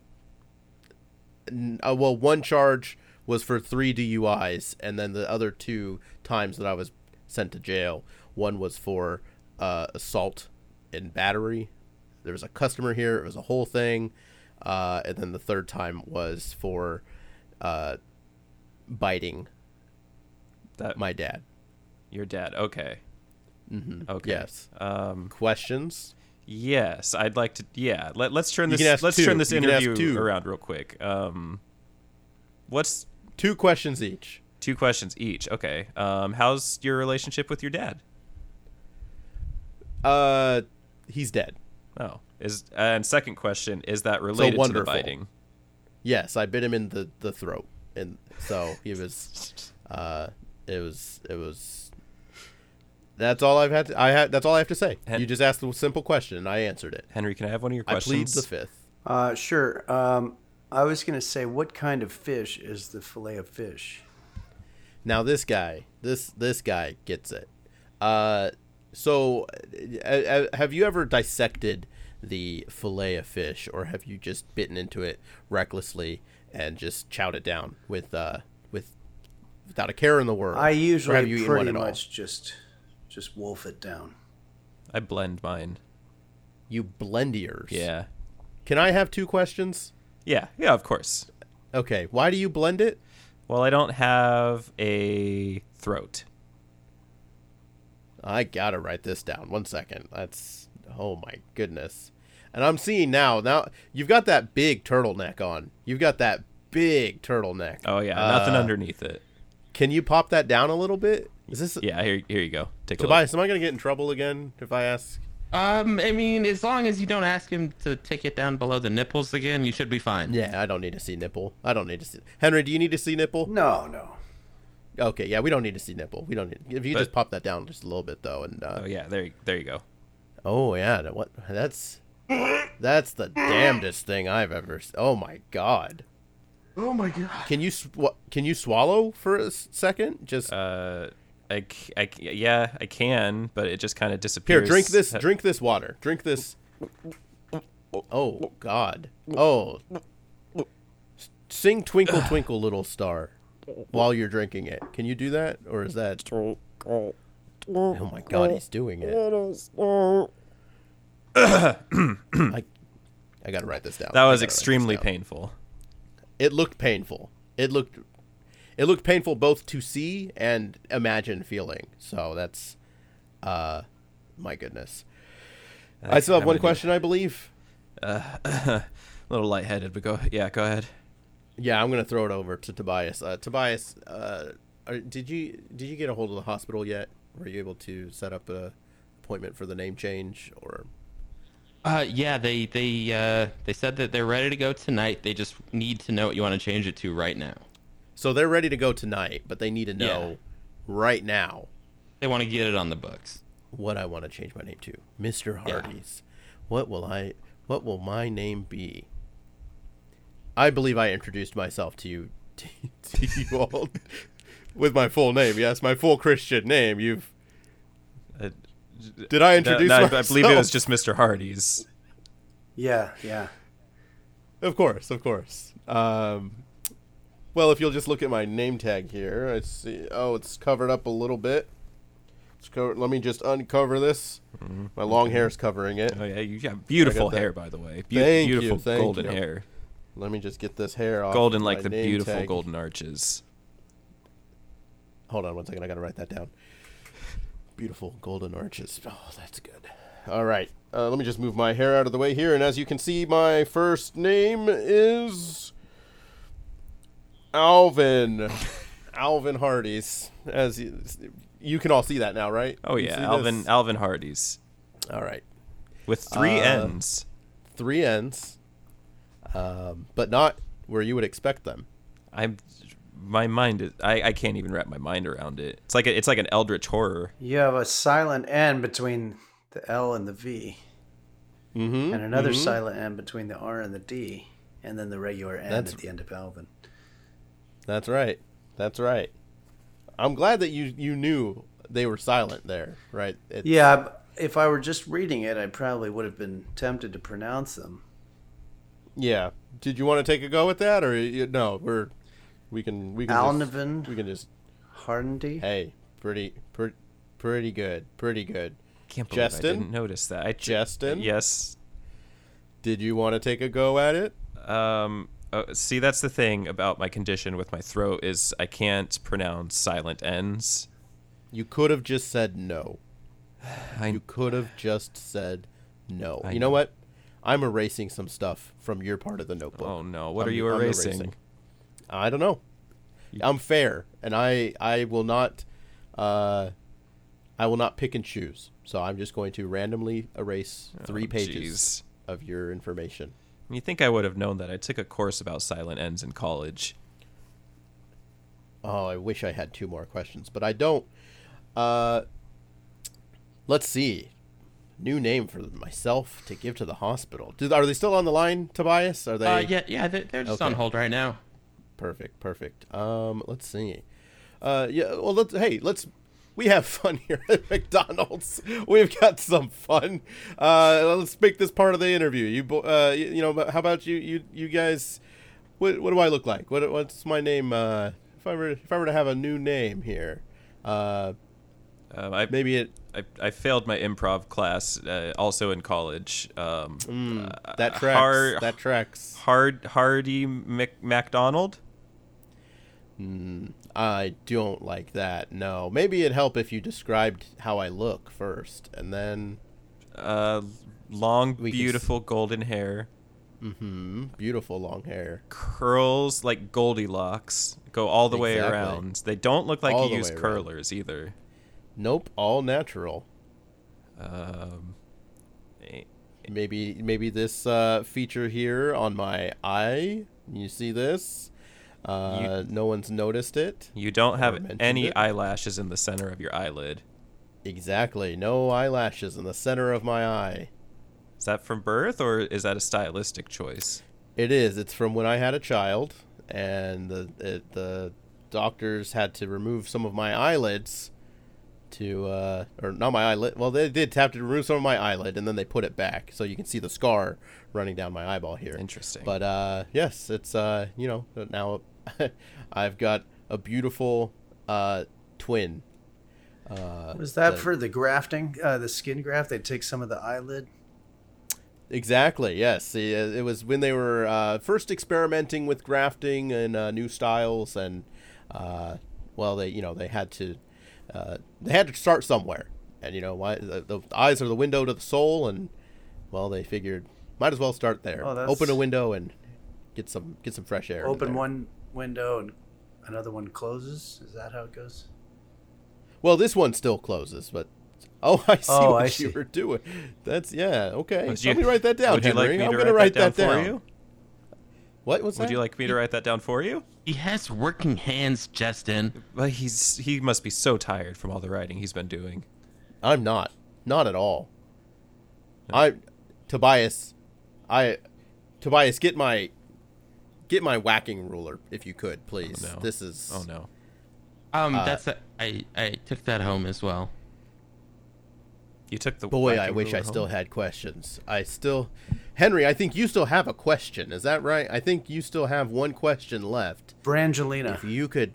Speaker 1: N- Uh, well, one charge was for three DUIs, and then the other two times that I was sent to jail, one was for uh, assault and battery. There was a customer here; it was a whole thing. Uh, and then the third time was for uh, biting
Speaker 3: That
Speaker 1: my dad.
Speaker 3: your dad. Okay. Mm-hmm. Okay.
Speaker 1: Yes.
Speaker 3: Um,
Speaker 1: Questions?
Speaker 3: yes, I'd like to. Yeah. Let, let's turn
Speaker 1: You
Speaker 3: this.
Speaker 1: can ask
Speaker 3: Let's
Speaker 1: two.
Speaker 3: turn this
Speaker 1: You can ask
Speaker 3: interview
Speaker 1: two.
Speaker 3: around real quick. Um, what's
Speaker 1: Two questions each.
Speaker 3: two questions each? Okay. Um, how's your relationship with your dad?
Speaker 1: Uh, he's dead.
Speaker 3: Oh, is and second question is that related to the
Speaker 1: wonderful.
Speaker 3: biting?
Speaker 1: Yes, I bit him in the, the throat, and so he was. Uh, it was it was. That's all I've had. To, I had. That's all I have to say.
Speaker 3: And-
Speaker 1: you just asked a simple question, and I answered it.
Speaker 3: Henry, can I have one of your
Speaker 1: I plead
Speaker 3: questions?
Speaker 1: the fifth.
Speaker 4: Uh, sure. Um, I was going to say, what kind of fish is the fillet of fish?
Speaker 1: Now this guy, this this guy gets it. Uh, so, uh, uh, have you ever dissected the fillet of fish, or have you just bitten into it recklessly and just chowed it down with uh with without a care in the world?
Speaker 4: I
Speaker 1: Or have
Speaker 4: usually
Speaker 1: you eaten one at
Speaker 4: pretty
Speaker 1: all?
Speaker 4: much just just wolf it down.
Speaker 3: I blend mine.
Speaker 1: you blend ears.
Speaker 3: Yeah.
Speaker 1: Can I have two questions?
Speaker 3: Yeah. Yeah. Of course.
Speaker 1: Okay. Why do you blend it?
Speaker 3: Well, I don't have a throat.
Speaker 1: I gotta write this down. One second. That's oh my goodness. And I'm seeing now. Now you've got that big turtleneck on. You've got that big turtleneck.
Speaker 3: Oh yeah, nothing
Speaker 1: Uh,
Speaker 3: underneath it.
Speaker 1: Can you pop that down a little bit? Is this
Speaker 3: Yeah, here, here you go. Take a
Speaker 1: Tobias? Am I gonna get in trouble again if I ask?
Speaker 2: Um, I mean, as long as you don't ask him to take it down below the nipples again, you should be fine.
Speaker 1: Yeah, I don't need to see nipple. I don't need to see Henry. Do you need to see nipple?
Speaker 4: No, no.
Speaker 1: Okay, yeah, we don't need to see nipple. We don't need. If you
Speaker 3: But-
Speaker 1: just pop that down just a little bit though, and uh,
Speaker 3: look. Oh yeah, there, you- there you go.
Speaker 1: Oh yeah, that- what? That's that's the damnedest thing I've ever. s- Oh my god.
Speaker 2: Oh my god.
Speaker 1: Can you sw- can you swallow for a s- second? Just
Speaker 3: Uh, I, c- I c- yeah, I can, but it just kind of
Speaker 1: here,
Speaker 3: disappears.
Speaker 1: drink this.
Speaker 3: Uh,
Speaker 1: Drink this water. Drink this. Oh god. Oh. S- Sing
Speaker 3: [sighs]
Speaker 1: twinkle twinkle little star while you're drinking it. Can you do that or is that Oh my god, he's doing it. [coughs] I I got to write this down.
Speaker 3: That
Speaker 1: I gotta write
Speaker 3: was
Speaker 1: this
Speaker 3: extremely
Speaker 1: down.
Speaker 3: painful.
Speaker 1: it looked painful. It looked it looked painful both to see and imagine feeling. So that's uh my goodness. I still have
Speaker 3: Uh, I'm
Speaker 1: one
Speaker 3: gonna-
Speaker 1: question, I believe.
Speaker 3: A little lightheaded, but go. Yeah, go ahead.
Speaker 1: Yeah, I'm gonna throw it over to Tobias. Uh, Tobias, uh, are, did you did you get a hold of the hospital yet? Were you able to set up a appointment for the name change or?
Speaker 2: Uh, yeah, they they uh they said that they're ready to go tonight. They just need to know what you want to change it to right now.
Speaker 1: So they're ready to go tonight, but they need to know
Speaker 2: Yeah.
Speaker 1: right now
Speaker 2: They want to get it on the books.
Speaker 1: what I want to change my name to, Mister
Speaker 2: Yeah.
Speaker 1: Hardy's. What will I? What will my name be? I believe I introduced myself to you, [laughs] to, to you all, [laughs] with my full name. Yes, my full Christian name. You've
Speaker 3: Uh,
Speaker 1: did I introduce
Speaker 3: no, no, I-
Speaker 1: myself?
Speaker 3: I believe it was just Mr. Hardy's.
Speaker 4: Yeah, yeah.
Speaker 1: [laughs] Of course, of course. Um, well, if you'll just look at my name tag here, I see. Oh, it's covered up a little bit. It's covered, let me just uncover this.
Speaker 3: Mm-hmm.
Speaker 1: My long hair is covering it.
Speaker 3: Oh yeah, you got beautiful
Speaker 1: that.
Speaker 3: hair, by the way. Beau-
Speaker 1: Thank you,
Speaker 3: beautiful
Speaker 1: thank
Speaker 3: golden
Speaker 1: you.
Speaker 3: hair,
Speaker 1: Let me just get this hair off.
Speaker 3: golden
Speaker 1: my
Speaker 3: like the
Speaker 1: name
Speaker 3: beautiful
Speaker 1: tag.
Speaker 3: golden arches.
Speaker 1: Hold on one second. I gotta write that down. Beautiful golden arches. Oh, that's good. All right. Uh, let me just move my hair out of the way here. And as you can see, my first name is
Speaker 3: [laughs]
Speaker 1: Alvin. Alvin Hardy's. As you, you can all see that now, right?
Speaker 3: Oh
Speaker 1: You see
Speaker 3: yeah,
Speaker 1: this?
Speaker 3: Alvin Alvin Hardy's
Speaker 1: All right.
Speaker 3: with three
Speaker 1: Uh,
Speaker 3: N's.
Speaker 1: Three ends, um, but not where you would expect them.
Speaker 3: I'm my mind is I, I can't even wrap my mind around it. It's like a, it's like an eldritch horror.
Speaker 4: You have a silent N between the L and the V,
Speaker 1: Mm-hmm.
Speaker 4: and another silent N between the R and the D, and then the regular N
Speaker 1: That's-
Speaker 4: at the end of Alvin.
Speaker 1: That's right. That's right. I'm glad that you you knew they were silent there, right? It-
Speaker 4: Yeah, b- if I were just reading it, I probably would have been tempted to pronounce them.
Speaker 1: Yeah. Did you want to take a go at that, or you, no? We're we can we can
Speaker 4: Alnavin.
Speaker 1: Just, we can just
Speaker 4: Hardendy.
Speaker 1: hey, pretty pretty pretty good, pretty good.
Speaker 3: Can't believe I
Speaker 1: Justin?
Speaker 3: didn't notice that. I
Speaker 1: Justin,
Speaker 3: Yes.
Speaker 1: did you want to take a go at it?
Speaker 3: Um. uh, see, that's the thing about my condition with my throat is I can't pronounce silent N's.
Speaker 1: You could have just said no.
Speaker 3: [sighs] I-
Speaker 1: You could have just said no.
Speaker 3: I
Speaker 1: you know
Speaker 3: know.
Speaker 1: what? I'm erasing some stuff from your part of the notebook.
Speaker 3: Oh no! What
Speaker 1: I'm-
Speaker 3: are you
Speaker 1: I'm
Speaker 3: erasing?
Speaker 1: I don't know. I'm fair, and I I will not, uh, I will not pick and choose. So I'm just going to randomly erase three
Speaker 3: Oh,
Speaker 1: pages
Speaker 3: jeez.
Speaker 1: of your information.
Speaker 3: You think I would have known that? I took a course about silent N's in college.
Speaker 1: Oh, I wish I had two more questions, but I don't. Uh, let's see. New name for myself to give to the hospital. Do, are they still on the line, Tobias? Are they?
Speaker 2: Uh, yeah, yeah, they're, they're just on
Speaker 1: Okay.
Speaker 2: hold right now.
Speaker 1: Perfect, perfect. Um, let's see. Uh, yeah. Well, let's. Hey, let's. We have [laughs] fun here at McDonald's. We've got some fun. Uh, let's make this part of the interview. You, bo- uh, you, you know, how about you, you, you guys? What, what do I look like? What, what's my name? Uh, if I were, if I were to have a new name here, uh,
Speaker 3: Um, I,
Speaker 1: maybe it
Speaker 3: I I failed my improv class, uh, also in college. Um,
Speaker 1: that tracks.
Speaker 3: Har-
Speaker 1: that tracks.
Speaker 3: Hard Hardy Mc, MacDonald.
Speaker 1: I don't like that. No. Maybe it'd help if you described how I look first, and then.
Speaker 3: Uh, long,
Speaker 1: We can s-
Speaker 3: beautiful golden hair,
Speaker 1: Hmm. Beautiful long hair.
Speaker 3: curls like Goldilocks, go all the way
Speaker 1: Exactly.
Speaker 3: around. They don't look like
Speaker 1: All the
Speaker 3: you use
Speaker 1: way around.
Speaker 3: curlers either.
Speaker 1: Nope, all natural.
Speaker 3: Um, eh,
Speaker 1: Maybe maybe this uh, feature here on my eye. You see this? Uh, no one's noticed it.
Speaker 3: you don't
Speaker 1: Never
Speaker 3: have
Speaker 1: mentioned
Speaker 3: any
Speaker 1: it.
Speaker 3: eyelashes in the center of your eyelid.
Speaker 1: Exactly. No eyelashes in the center of my eye.
Speaker 3: Is that from birth or is that a stylistic choice?
Speaker 1: It is. It's from when I had a child, and the it, the doctors had to remove some of my eyelids to uh, or not my eyelid. Well, they did have to remove some of my eyelid, and then they put it back, so you can see the scar running down my eyeball here.
Speaker 3: Interesting.
Speaker 1: But uh, yes, it's uh, you know but now [laughs] I've got a beautiful uh, twin. Uh,
Speaker 4: Was
Speaker 1: the-
Speaker 4: that for the grafting, uh, the skin graft? They take some of the eyelid.
Speaker 1: Exactly. Yes, See, uh, it was when they were uh, first experimenting with grafting and uh, new styles, and uh, well, they you know they had to uh, they had to start somewhere, and you know why the, the eyes are the window to the soul, and well, they figured might as well start there.
Speaker 4: Oh, that's-
Speaker 1: Open a window and get some get some fresh air. in
Speaker 4: Open
Speaker 1: there.
Speaker 4: one window and another one closes. Is that how it goes?
Speaker 1: Well, this one still closes, but [laughs] oh, I see
Speaker 4: Oh,
Speaker 1: what
Speaker 4: I
Speaker 1: you
Speaker 4: see.
Speaker 1: were doing. That's yeah. Okay,
Speaker 3: Would
Speaker 1: let
Speaker 3: you-
Speaker 1: me write that down.
Speaker 3: Would you like
Speaker 1: Henry.
Speaker 3: me
Speaker 1: I'm
Speaker 3: to
Speaker 1: gonna
Speaker 3: write that down,
Speaker 1: down
Speaker 3: for you?
Speaker 1: What was that?
Speaker 3: Would you like me to write that down for you?
Speaker 2: He has working hands, Justin.
Speaker 3: Well, he's he must be so tired from all the writing he's been doing.
Speaker 1: I'm not. Not at all. I Tobias I Tobias get my get my whacking ruler if you could, please.
Speaker 3: no.
Speaker 1: This is
Speaker 3: Oh no.
Speaker 2: Um,
Speaker 1: Uh,
Speaker 2: that's a, I I took that home as well.
Speaker 3: You took the
Speaker 1: Boy, I
Speaker 3: whacking
Speaker 1: wish
Speaker 3: ruler
Speaker 1: I still
Speaker 3: home?
Speaker 1: had questions. I still Henry, I think you still have a question. Is that right? I think you still have one question left.
Speaker 4: Brangelina.
Speaker 1: If you could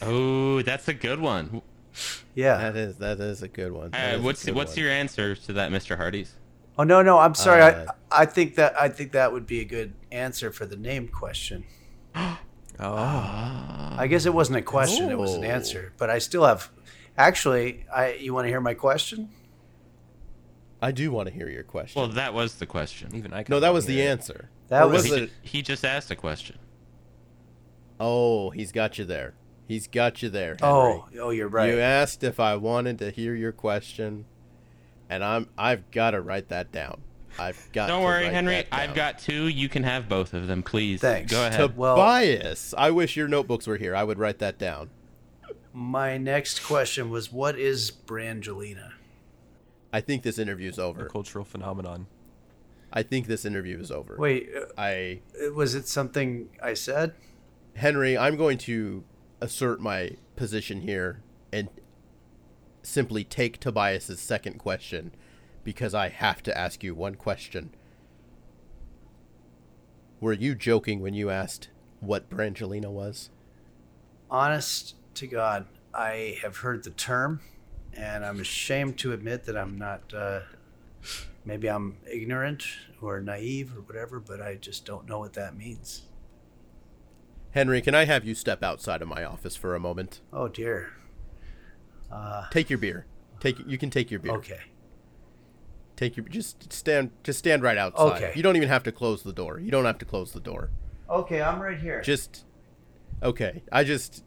Speaker 2: Oh, that's a good one.
Speaker 4: Yeah.
Speaker 1: that is that is a good one. That
Speaker 2: Uh,
Speaker 1: is a
Speaker 2: what's
Speaker 1: good
Speaker 2: what's
Speaker 1: one.
Speaker 2: your answer to that, Mr. Hardy's?
Speaker 4: Oh no, no. I'm sorry.
Speaker 1: Uh,
Speaker 4: I I think that I think that would be a good answer for the name question.
Speaker 3: Oh, Um,
Speaker 2: Ah.
Speaker 4: I guess it wasn't a question; it was an
Speaker 1: Oh.
Speaker 4: answer. But I still have Actually, I you want to hear my question?
Speaker 1: I do want to hear your question.
Speaker 2: Well, that was the question.
Speaker 3: Even I can
Speaker 1: no, that was the answer.
Speaker 4: That
Speaker 1: Or
Speaker 4: was-
Speaker 2: He,
Speaker 1: was it?
Speaker 2: ju- he just asked a question.
Speaker 1: Oh, he's got you there. He's got you there. Henry.
Speaker 4: Oh, oh, you're right.
Speaker 1: You asked if I wanted to hear your question, and I'm I've got to write that down.
Speaker 2: [laughs]
Speaker 1: I've got.
Speaker 2: Don't
Speaker 1: to
Speaker 2: worry,
Speaker 1: write
Speaker 2: Henry.
Speaker 1: that
Speaker 2: I've
Speaker 1: down.
Speaker 2: got two. You can have both of them, please.
Speaker 4: Thanks.
Speaker 2: Go ahead.
Speaker 4: well-
Speaker 1: Tobias, I wish your notebooks were here. I would write that down.
Speaker 4: My next question was, what is Brangelina?
Speaker 1: I think this interview's over.
Speaker 3: cultural phenomenon.
Speaker 1: I think this interview is over.
Speaker 4: Wait, uh,
Speaker 1: I
Speaker 4: was it something I said?
Speaker 1: Henry, I'm going to assert my position here and simply take Tobias's second question because I have to ask you one question. Were you joking when you asked what Brangelina was?
Speaker 4: Honest to God, I have heard the term, and I'm ashamed to admit that I'm not. Uh, maybe I'm ignorant or naive or whatever, but I just don't know what that means.
Speaker 1: Henry, can I have you step outside of my office for a moment?
Speaker 4: Oh dear. Uh,
Speaker 1: Take your beer. Take you can take your beer.
Speaker 4: okay.
Speaker 1: Take your just stand just stand right outside.
Speaker 4: Okay.
Speaker 1: You don't even have to close the door. You don't have to close the door.
Speaker 4: Okay, I'm right here.
Speaker 1: Just okay. I just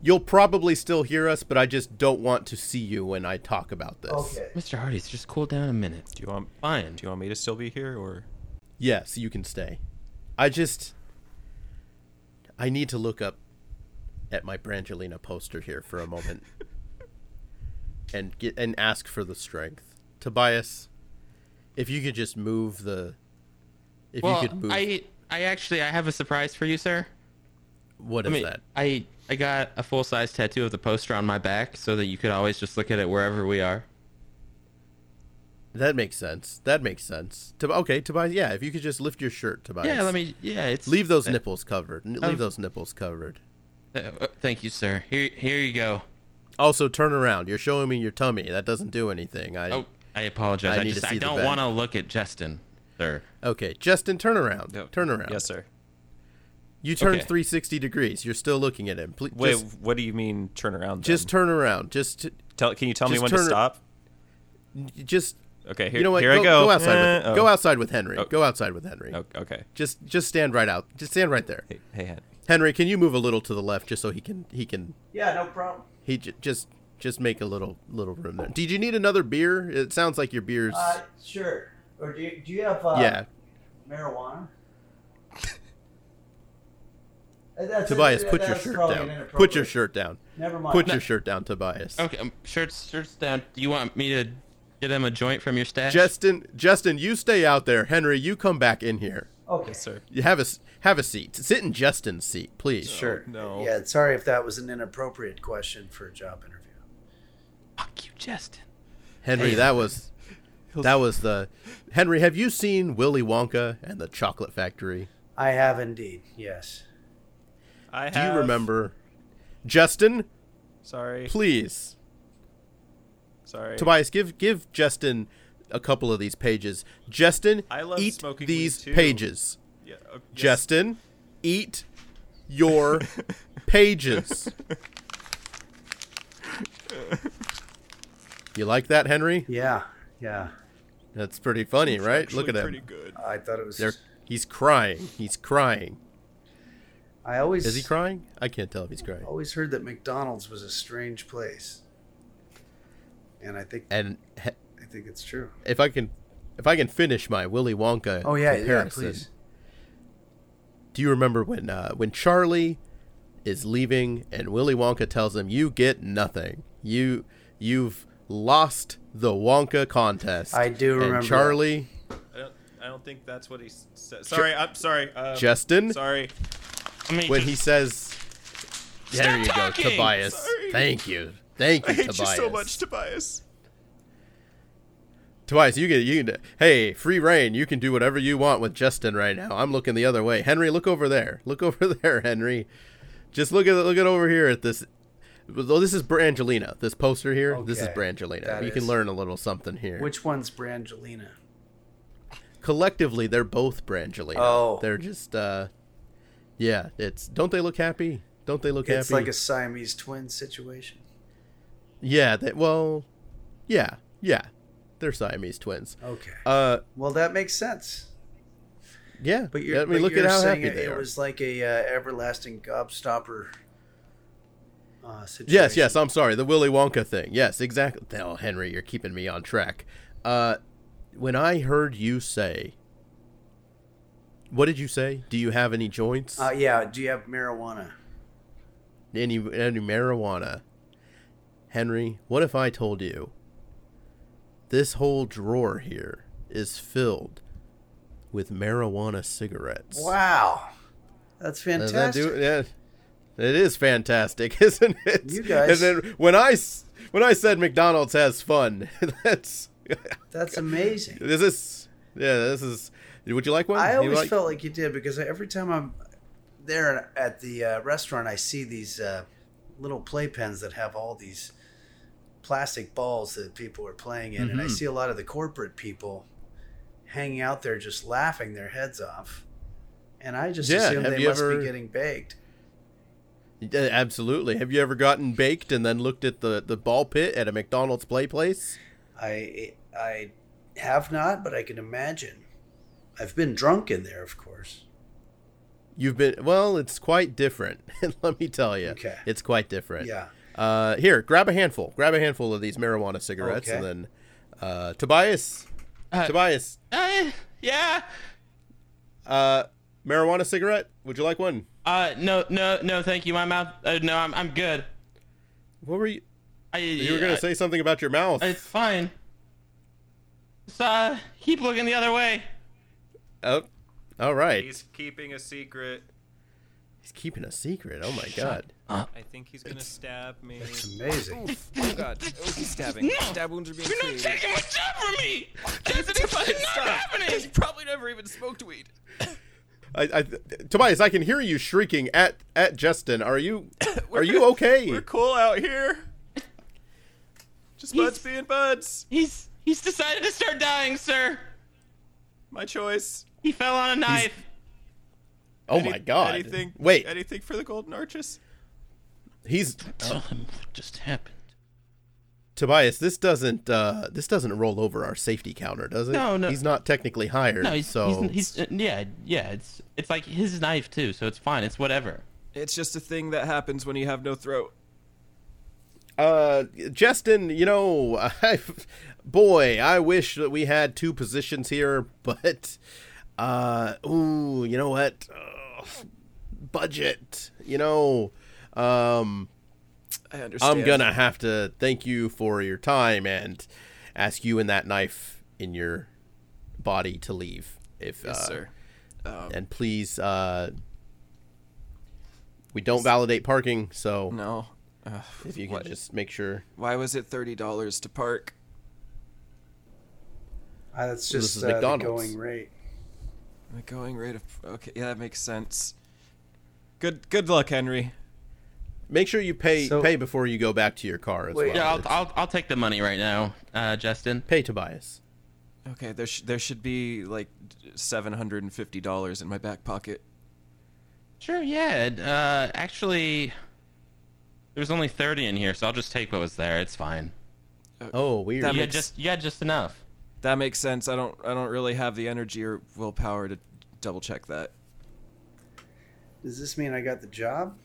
Speaker 1: you'll probably still hear us, but I just don't want to see you when I talk about this.
Speaker 4: okay.
Speaker 2: Mr. Hardy's, just cool down a minute.
Speaker 3: Do you want?
Speaker 2: Fine.
Speaker 3: Do you want me to still be here, or
Speaker 1: Yes, you can stay. I just I need to look up at my Brangelina poster here for a moment and get and ask for the strength. Tobias, if you could just move the if
Speaker 2: well,
Speaker 1: you could move
Speaker 2: I I actually I have a surprise for you, sir.
Speaker 1: what
Speaker 2: I
Speaker 1: is
Speaker 2: mean,
Speaker 1: that?
Speaker 2: I I got a full size tattoo of the poster on my back so that you could always just look at it wherever we are.
Speaker 1: That makes sense. That makes sense. Tob- okay, Tobias, yeah, if you could just lift your shirt, Tobias.
Speaker 2: Yeah, let me. Yeah, it's
Speaker 1: Leave those
Speaker 3: Eh.
Speaker 2: uh,
Speaker 1: nipples covered. N- Leave
Speaker 3: Oh.
Speaker 2: Um,
Speaker 1: those nipples covered.
Speaker 2: uh, thank you, sir. Here, here you go.
Speaker 1: Also, turn around. You're showing me your tummy. That doesn't do anything. I
Speaker 2: Oh, I apologize.
Speaker 1: I
Speaker 2: I,
Speaker 1: need to
Speaker 2: just
Speaker 1: see
Speaker 2: I
Speaker 1: the
Speaker 2: don't
Speaker 1: back.
Speaker 2: want to look at Justin, sir.
Speaker 1: okay. Justin, turn around. Turn around.
Speaker 3: Oh, Yes, sir.
Speaker 1: You turned
Speaker 2: Okay.
Speaker 1: 360 degrees. You're still looking at him. Please,
Speaker 3: Wait, um,
Speaker 1: just,
Speaker 3: what do you mean turn around?
Speaker 1: just
Speaker 3: then?
Speaker 1: turn around. Just,
Speaker 3: tell. Can you tell me
Speaker 1: just
Speaker 3: when
Speaker 1: turn-
Speaker 3: to stop?
Speaker 1: just.
Speaker 3: Okay, here,
Speaker 1: you know what?
Speaker 3: here
Speaker 1: go,
Speaker 3: I go.
Speaker 1: go outside.
Speaker 3: Eh,
Speaker 1: with,
Speaker 3: oh.
Speaker 1: Go outside with Henry.
Speaker 3: Oh.
Speaker 1: Go outside with Henry.
Speaker 3: O- Okay.
Speaker 1: Just, just stand right out. Just stand right there.
Speaker 3: Hey, hey, Hen.
Speaker 1: Henry, can you move a little to the left just so he can, he can,
Speaker 4: Yeah, no problem.
Speaker 1: he j- just, just make a little, little room there. Did you need another beer? It sounds like your beer's.
Speaker 4: Uh, sure. Or do you, do you have uh,
Speaker 1: yeah. [laughs]
Speaker 4: marijuana? Uh,
Speaker 1: [laughs]
Speaker 4: that's-
Speaker 1: Tobias,
Speaker 4: that-
Speaker 1: put your
Speaker 4: that's
Speaker 1: shirt
Speaker 4: probably an
Speaker 1: down.
Speaker 4: inappropriate-
Speaker 1: Put your shirt down.
Speaker 4: Never mind.
Speaker 1: Put your shirt down, Tobias.
Speaker 2: Okay, um, shirts, shirts down. Do you want me to get him a joint from your stash?
Speaker 1: Justin, Justin, you stay out there. Henry, you come back in here.
Speaker 4: Okay.
Speaker 3: Yes, sir.
Speaker 1: You have a s- have a seat. Sit in Justin's seat, please.
Speaker 4: Sure.
Speaker 3: no.
Speaker 4: Yeah, sorry if that was an inappropriate question for a job interview.
Speaker 2: Fuck you, Justin.
Speaker 1: Henry, that was that was the Henry. Have you seen Willy Wonka and the Chocolate Factory?
Speaker 4: I have indeed. Yes.
Speaker 3: I
Speaker 1: Do you
Speaker 3: have-
Speaker 1: remember? Justin,
Speaker 3: Sorry.
Speaker 1: please.
Speaker 3: Sorry.
Speaker 1: Tobias, give give Justin a couple of these pages. Justin,
Speaker 3: I love
Speaker 1: eat
Speaker 3: smoking
Speaker 1: these
Speaker 3: weed too.
Speaker 1: pages.
Speaker 3: Yeah, okay, yes.
Speaker 1: Justin, eat your pages. you like that, Henry?
Speaker 4: Yeah. Yeah.
Speaker 1: That's pretty funny, right?
Speaker 3: Actually
Speaker 1: Look at
Speaker 3: Pretty
Speaker 1: him.
Speaker 3: good.
Speaker 4: I thought it was.
Speaker 1: There, he's crying. He's crying.
Speaker 4: I always.
Speaker 1: Is he crying? I can't tell if he's crying.
Speaker 4: Always heard that McDonald's was a strange place. And I think
Speaker 1: And he-
Speaker 4: I think it's true.
Speaker 1: if I can, if I can finish my Willy Wonka
Speaker 4: Oh yeah, yeah,
Speaker 1: comparison,
Speaker 4: please.
Speaker 1: do you remember when uh, when Charlie is leaving and Willy Wonka tells him, "You get nothing. You you've lost the Wonka contest."
Speaker 4: I do remember
Speaker 1: And
Speaker 4: that.
Speaker 1: Charlie,
Speaker 3: I don't. I don't think that's what he s- said. Sorry. I'm sorry. Um,
Speaker 1: Justin,
Speaker 3: Sorry.
Speaker 2: Let me
Speaker 1: when
Speaker 2: just-
Speaker 1: he says, "There
Speaker 2: Stop
Speaker 1: you
Speaker 2: talking!
Speaker 1: go, Tobias.
Speaker 3: Sorry.
Speaker 1: Thank you, thank you,
Speaker 3: I hate
Speaker 1: Tobias.
Speaker 3: you so much, Tobias.
Speaker 1: Tobias, you get you can hey, free reign. You can do whatever you want with Justin right now. I'm looking the other way. Henry, look over there. Look [laughs] over there, Henry. Just look at look at over here at this. Well, this is Brangelina. This poster here. This is
Speaker 4: Okay,
Speaker 1: Brangelina.
Speaker 4: that
Speaker 1: You can
Speaker 4: is.
Speaker 1: learn a little something here. Which
Speaker 4: Which one's Brangelina?
Speaker 1: collectively, they're both Brangelina.
Speaker 4: Oh.
Speaker 1: they're just uh, yeah. It's don't they look happy? Don't they look
Speaker 4: It's
Speaker 1: happy?
Speaker 4: like a Siamese twin situation.
Speaker 1: Yeah, that well, yeah, yeah, they're Siamese twins.
Speaker 4: Okay.
Speaker 1: Uh,
Speaker 4: well, that makes sense.
Speaker 1: yeah,
Speaker 4: But you're,
Speaker 1: I mean,
Speaker 4: but
Speaker 1: look
Speaker 4: you're
Speaker 1: at how
Speaker 4: saying
Speaker 1: happy
Speaker 4: it,
Speaker 1: they
Speaker 4: it
Speaker 1: are.
Speaker 4: was like a uh, everlasting gobstopper uh, situation.
Speaker 1: Yes, yes, I'm sorry, the Willy Wonka thing. Yes, exactly. Oh, Henry, you're keeping me on track. Uh, when I heard you say, what did you say? Do you have any joints?
Speaker 4: Uh, yeah. Do you have marijuana?
Speaker 1: any any marijuana. Henry, what if I told you this whole drawer here is filled with marijuana cigarettes?
Speaker 4: Wow. That's
Speaker 1: Does that
Speaker 4: fantastic.
Speaker 1: do yeah. It is fantastic, [laughs] isn't it?
Speaker 4: You guys-
Speaker 1: And then when I s- when I said McDonald's has fun, [laughs] that's
Speaker 4: That's amazing.
Speaker 1: this is yeah, this is would you like one?
Speaker 4: I
Speaker 1: You
Speaker 4: always
Speaker 1: like-
Speaker 4: felt like you did because every time I'm there at the uh, restaurant, I see these uh, little playpens that have all these plastic balls that people are playing in, and I
Speaker 1: Mhm.
Speaker 4: see a lot of the corporate people hanging out there just laughing their heads off, and I just
Speaker 1: Yeah,
Speaker 4: assume
Speaker 1: have
Speaker 4: they
Speaker 1: you
Speaker 4: must
Speaker 1: ever-
Speaker 4: be getting baked.
Speaker 1: Yeah, absolutely. Have you ever gotten baked and then looked at the the ball pit at a McDonald's play place?
Speaker 4: I I have not, but I can imagine. I've been drunk in there, of course.
Speaker 1: You've been well. It's quite different. [laughs] Let me tell you,
Speaker 4: Okay.
Speaker 1: it's quite different.
Speaker 4: Yeah.
Speaker 1: Uh, here, grab a handful. Grab a handful of these marijuana cigarettes,
Speaker 4: Okay.
Speaker 1: and then uh, Tobias,
Speaker 2: Uh,
Speaker 1: Tobias,
Speaker 2: Uh, yeah.
Speaker 1: uh, marijuana cigarette. Would you like one?
Speaker 2: Uh, no, no, no, thank you. My mouth. Uh, no, I'm, I'm good.
Speaker 1: What were you?
Speaker 2: I,
Speaker 1: You were gonna say something about your mouth.
Speaker 2: It's fine. Just, uh, keep looking the other way.
Speaker 1: oh, all right. He's,
Speaker 3: He's keeping a secret.
Speaker 1: keeping a secret. Oh my god.
Speaker 3: I think he's gonna stab me.
Speaker 4: It's amazing.
Speaker 5: Oof. Oh god. Oh, he's stabbing. Stab wounds are being
Speaker 2: You're not
Speaker 5: created.
Speaker 2: taking my job from me. That's it's fucking not
Speaker 5: He's
Speaker 2: happening.
Speaker 5: probably never even smoked weed.
Speaker 1: I, I, Tobias, I can hear you shrieking at at Justin. Are
Speaker 2: [laughs]
Speaker 1: you [laughs] are you okay?
Speaker 3: We're cool out here. Just buds being buds.
Speaker 2: He's he's decided to start dying, sir.
Speaker 3: My choice.
Speaker 2: He fell on a knife.
Speaker 1: Oh
Speaker 3: Any-
Speaker 1: my god.
Speaker 3: Anything?
Speaker 1: Wait,
Speaker 3: Anything for the golden arches?
Speaker 1: he's
Speaker 2: Tell him what just happened.
Speaker 1: Tobias, this doesn't uh, this doesn't roll over our safety counter, does it?
Speaker 2: No, no.
Speaker 1: He's not technically hired,
Speaker 2: No, he's
Speaker 1: so
Speaker 2: he's, he's uh, yeah yeah. It's it's like his knife too, so it's fine. It's whatever.
Speaker 5: It's just a thing that happens when you have no throat.
Speaker 1: uh, Justin, you know, [laughs] I, boy, I wish that we had two positions here, [laughs] but uh, ooh, you know what? Ugh, budget, you know, um,
Speaker 5: I understand.
Speaker 1: I'm gonna have to thank you for your time and ask you and that knife in your body to leave. If
Speaker 5: Yes,
Speaker 1: uh,
Speaker 5: sir. Um,
Speaker 1: and please uh we don't validate parking so
Speaker 5: No. Ugh,
Speaker 1: if you can
Speaker 5: what-
Speaker 1: just make sure
Speaker 5: Why was it thirty dollars to park?
Speaker 4: Uh, that's
Speaker 1: Well, this
Speaker 4: just
Speaker 1: is
Speaker 4: uh, the
Speaker 1: McDonald's.
Speaker 4: going rate.
Speaker 5: The going rate of okay, yeah, that makes sense.
Speaker 3: Good. Good luck, Henry.
Speaker 1: make sure you pay
Speaker 4: So-
Speaker 1: pay before you go back to your car as
Speaker 4: Wait,
Speaker 1: well
Speaker 2: Yeah, I'll,
Speaker 1: It's-
Speaker 2: I'll I'll take the money right now, uh, Justin.
Speaker 1: pay tobias
Speaker 5: Okay, there sh- there should be like seven hundred and fifty dollars in my back pocket.
Speaker 2: Sure, yeah. and, Uh, actually, there was only thirty in here, so I'll just take what was there. It's fine.
Speaker 1: oh weird
Speaker 5: That
Speaker 2: You
Speaker 5: makes-
Speaker 2: had just you had just enough.
Speaker 5: That makes sense. I don't I don't really have the energy or willpower to double check that.
Speaker 4: Does this mean I got the job?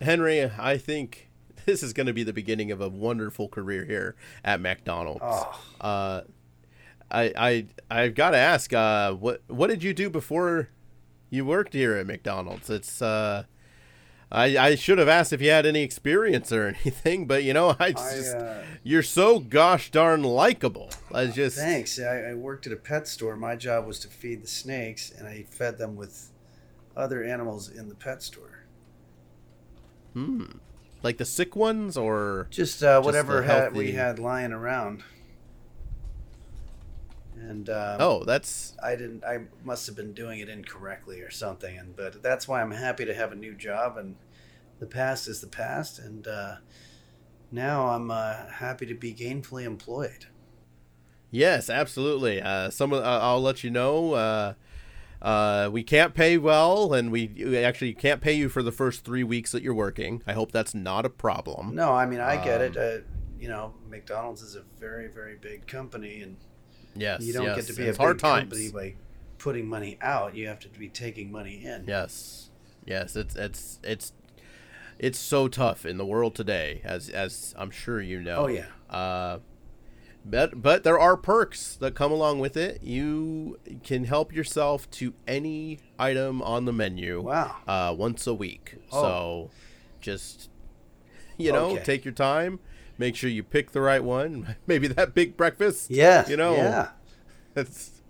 Speaker 1: henry i think this is going to be the beginning of a wonderful career here at mcdonald's
Speaker 4: Oh.
Speaker 1: uh i i i've got to ask uh what what did you do before you worked here at mcdonald's it's uh I, I should have asked if you had any experience or [laughs] anything, but you know, I
Speaker 4: I,
Speaker 1: just
Speaker 4: uh, Ah,
Speaker 1: You're so gosh darn likable. I just
Speaker 4: Thanks. I, I worked at a pet store. My job was to feed the snakes, and I fed them with other animals in the pet store.
Speaker 1: hmm, like the sick ones or
Speaker 4: Just uh, whatever
Speaker 1: the
Speaker 4: had, we
Speaker 1: healthy-
Speaker 4: had lying around. And um,
Speaker 1: oh, that's
Speaker 4: I didn't. I must have been doing it incorrectly or something. And but that's why I'm happy to have a new job. And the past is the past. And uh, now I'm uh, happy to be gainfully employed.
Speaker 1: yes, absolutely. Uh, some of- uh, I'll let you know. Uh, uh, we can't pay well, and we, we actually can't pay you for the first three weeks that you're working. I hope that's not a problem.
Speaker 4: No, I mean I get it.
Speaker 1: Um,
Speaker 4: Uh, you know, McDonald's is a very very big company, and
Speaker 1: Yes,
Speaker 4: you don't
Speaker 1: yes,
Speaker 4: get to be
Speaker 1: it's
Speaker 4: a
Speaker 1: hard
Speaker 4: big
Speaker 1: times.
Speaker 4: company by putting money out. You have to be taking money in.
Speaker 1: Yes, yes, it's it's it's it's so tough in the world today, as as I'm sure you know.
Speaker 4: Oh, yeah.
Speaker 1: Uh, but but there are perks that come along with it. You can help yourself to any item on the menu.
Speaker 4: Wow.
Speaker 1: Uh, once a week.
Speaker 4: Oh.
Speaker 1: So, just you know,
Speaker 4: Okay.
Speaker 1: take your time. Make sure you pick the right one. [laughs] Maybe that big breakfast.
Speaker 4: Yes.
Speaker 1: You know.
Speaker 4: Yeah.
Speaker 1: [laughs] That's.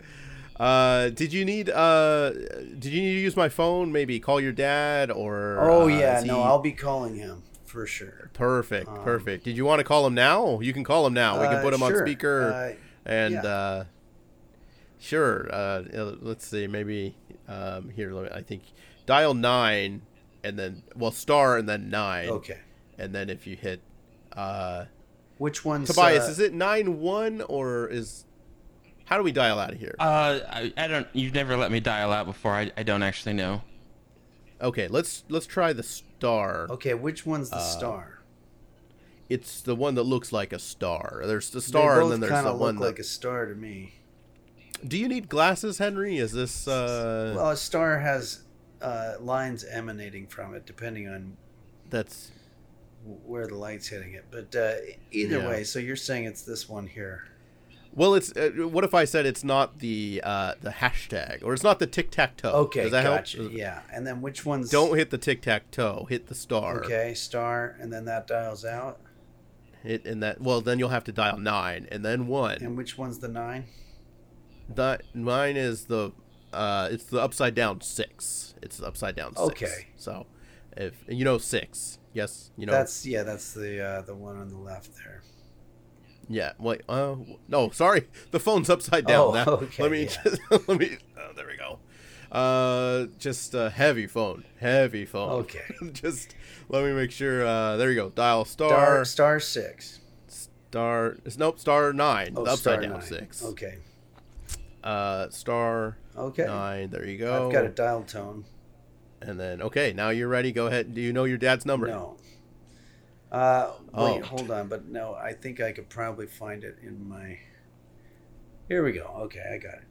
Speaker 1: Uh, did you need uh, did you need to use my phone? Maybe call your dad or.
Speaker 4: Oh
Speaker 1: uh,
Speaker 4: yeah.
Speaker 1: is
Speaker 4: No,
Speaker 1: he-
Speaker 4: I'll be calling him for sure.
Speaker 1: Perfect, perfect. Did you want to call him now? You can call him now. We can
Speaker 4: Um, Uh,
Speaker 1: put him on
Speaker 4: sure.
Speaker 1: speaker
Speaker 4: Uh,
Speaker 1: and.
Speaker 4: yeah.
Speaker 1: Uh, sure. Uh, yeah, let's see. Maybe um, here. let me- I think dial nine, and then well star and then nine.
Speaker 4: Okay.
Speaker 1: And then if you hit. Uh,
Speaker 4: Which one's
Speaker 1: Tobias,
Speaker 4: uh,
Speaker 1: is it nine one or is? How do we dial out of here?
Speaker 2: Uh, I, I don't. You've never let me dial out before. I, I don't actually know.
Speaker 1: Okay, let's let's try the star.
Speaker 4: Okay, which one's the star?
Speaker 1: It's the one that looks like a star. There's the
Speaker 4: They
Speaker 1: star, and
Speaker 4: both
Speaker 1: then there's
Speaker 4: kinda
Speaker 1: the one
Speaker 4: look like
Speaker 1: that.
Speaker 4: a star to me.
Speaker 1: Do you need glasses, Henry? Is this? uh
Speaker 4: Well, a star has uh, lines emanating from it, depending on
Speaker 1: That's
Speaker 4: w- where the light's hitting it. But uh, either
Speaker 1: Yeah.
Speaker 4: way, so you're saying it's this one here.
Speaker 1: well. It's uh, what if I said it's not the uh the hashtag or it's not the tic tac toe?
Speaker 4: Okay,
Speaker 1: Oh, Does that
Speaker 4: gotcha.
Speaker 1: help?
Speaker 4: Yeah, and then which one's
Speaker 1: Don't hit the tic tac toe. Hit the star.
Speaker 4: Okay, star, and then that dials out.
Speaker 1: Hit and that. Well, then you'll have to dial nine and then one.
Speaker 4: And which one's the nine?
Speaker 1: That nine is the. Uh, it's the upside down six. It's the upside down six.
Speaker 4: Okay.
Speaker 1: So, if you know six, yes, you know
Speaker 4: That's yeah, that's the uh, the one on the left there.
Speaker 1: Yeah. Wait. Uh, no. Sorry. The phone's upside down.
Speaker 4: Oh,
Speaker 1: That-
Speaker 4: [laughs] okay,
Speaker 1: Let me.
Speaker 4: yeah.
Speaker 1: Just, [laughs] let me. Oh, there we go. Uh, just uh, heavy phone. Heavy phone.
Speaker 4: Okay.
Speaker 1: [laughs] just let me make sure. Uh, there you go. Dial
Speaker 4: Star
Speaker 1: star
Speaker 4: star six.
Speaker 1: star. Nope. Star nine.
Speaker 4: Oh,
Speaker 1: the upside
Speaker 4: star
Speaker 1: down
Speaker 4: nine.
Speaker 1: six.
Speaker 4: Okay.
Speaker 1: Uh, star
Speaker 4: Okay.
Speaker 1: nine. Oh. There you go.
Speaker 4: I've got a dial tone.
Speaker 1: And then okay, now you're ready. Go ahead. Do you know your dad's number?
Speaker 4: No. Uh, wait,
Speaker 1: Oh.
Speaker 4: hold on. But no, I think I could probably find it in my. Here we go. Okay, I got it.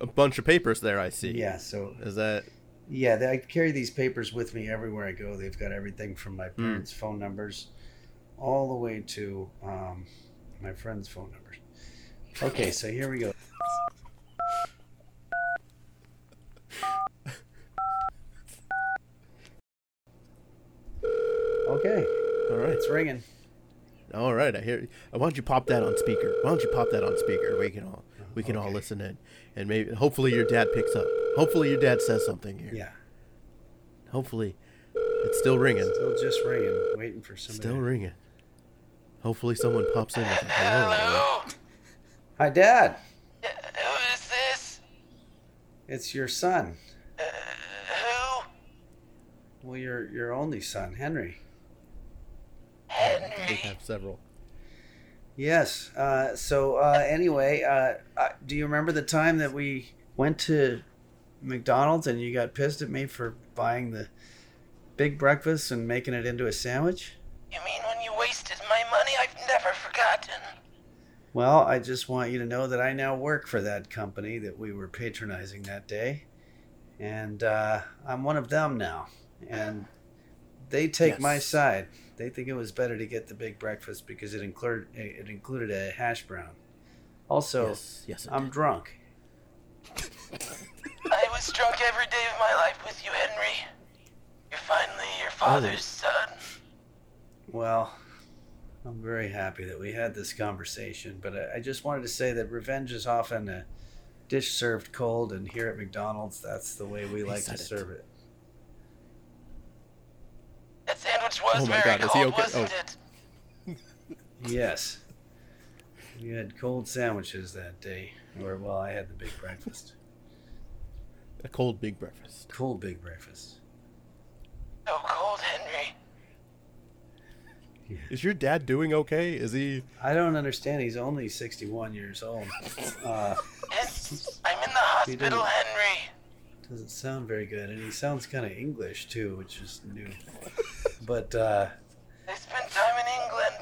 Speaker 1: A bunch of papers there. I see.
Speaker 4: Yeah. So
Speaker 1: Is that
Speaker 4: yeah, they, I carry these papers with me everywhere I go. They've got everything from
Speaker 1: Hmm.
Speaker 4: my parents' phone numbers, all the way to um, my friends' phone numbers. Okay, so here we go. Okay,
Speaker 1: all right?
Speaker 4: it's ringing.
Speaker 1: All right, I hear. uh, Why don't you pop that on speaker? Why don't you pop that on speaker? We can all
Speaker 6: Oh,
Speaker 1: we can all listen in, and maybe hopefully your dad picks up. Hopefully your dad says something here.
Speaker 4: Yeah.
Speaker 1: Hopefully, it's still ringing.
Speaker 4: Still just ringing, waiting for somebody.
Speaker 1: Still ringing. Hopefully someone pops in. With a
Speaker 4: [laughs]
Speaker 1: hello.
Speaker 4: Hi, Dad.
Speaker 7: Uh, Who is this? Uh,
Speaker 4: It's your son.
Speaker 7: Who?
Speaker 4: Well, your your only son, Henry.
Speaker 1: We have several.
Speaker 4: Yes. Uh, so uh, anyway, uh, uh, do you remember the time that we went to McDonald's and you got pissed at me for buying the big breakfast and making it into a sandwich?
Speaker 7: You mean when you wasted my money? I've never forgotten.
Speaker 4: Well, I just want you to know that I now work for that company that we were patronizing that day. And uh, I'm one of them now. And they take my
Speaker 1: Yes.
Speaker 4: side. They think it was better to get the big breakfast because it included it included a hash brown.
Speaker 6: Oh.
Speaker 4: Also,
Speaker 1: Yes, yes. it
Speaker 4: I'm
Speaker 6: Um,
Speaker 1: did.
Speaker 4: drunk.
Speaker 7: I was drunk every day of my life with you, Henry. You're finally your father's son.
Speaker 4: Oh, Well, I'm very happy that we had this conversation, but I, I just wanted to say that revenge is often a dish served cold, and here at McDonald's, that's the way we like
Speaker 1: said it.
Speaker 4: to serve it.
Speaker 7: That sandwich was
Speaker 1: Oh my God,
Speaker 7: very
Speaker 1: is he
Speaker 7: cold,
Speaker 1: okay?
Speaker 7: wasn't
Speaker 1: Oh.
Speaker 7: it?
Speaker 4: Yes. We had cold sandwiches that day. Or, well, I had the big
Speaker 1: [laughs]
Speaker 4: breakfast.
Speaker 1: a cold big breakfast.
Speaker 4: Cold big breakfast.
Speaker 7: So Oh, cold, Henry.
Speaker 1: Is your dad doing okay? Is he?
Speaker 4: I don't understand. He's only 61 years old. Uh,
Speaker 7: And I'm in the hospital,
Speaker 4: didn't.
Speaker 7: Henry.
Speaker 4: Doesn't sound very good, and he sounds kind of English too, which is new. [laughs] but uh,
Speaker 7: They spent time in England.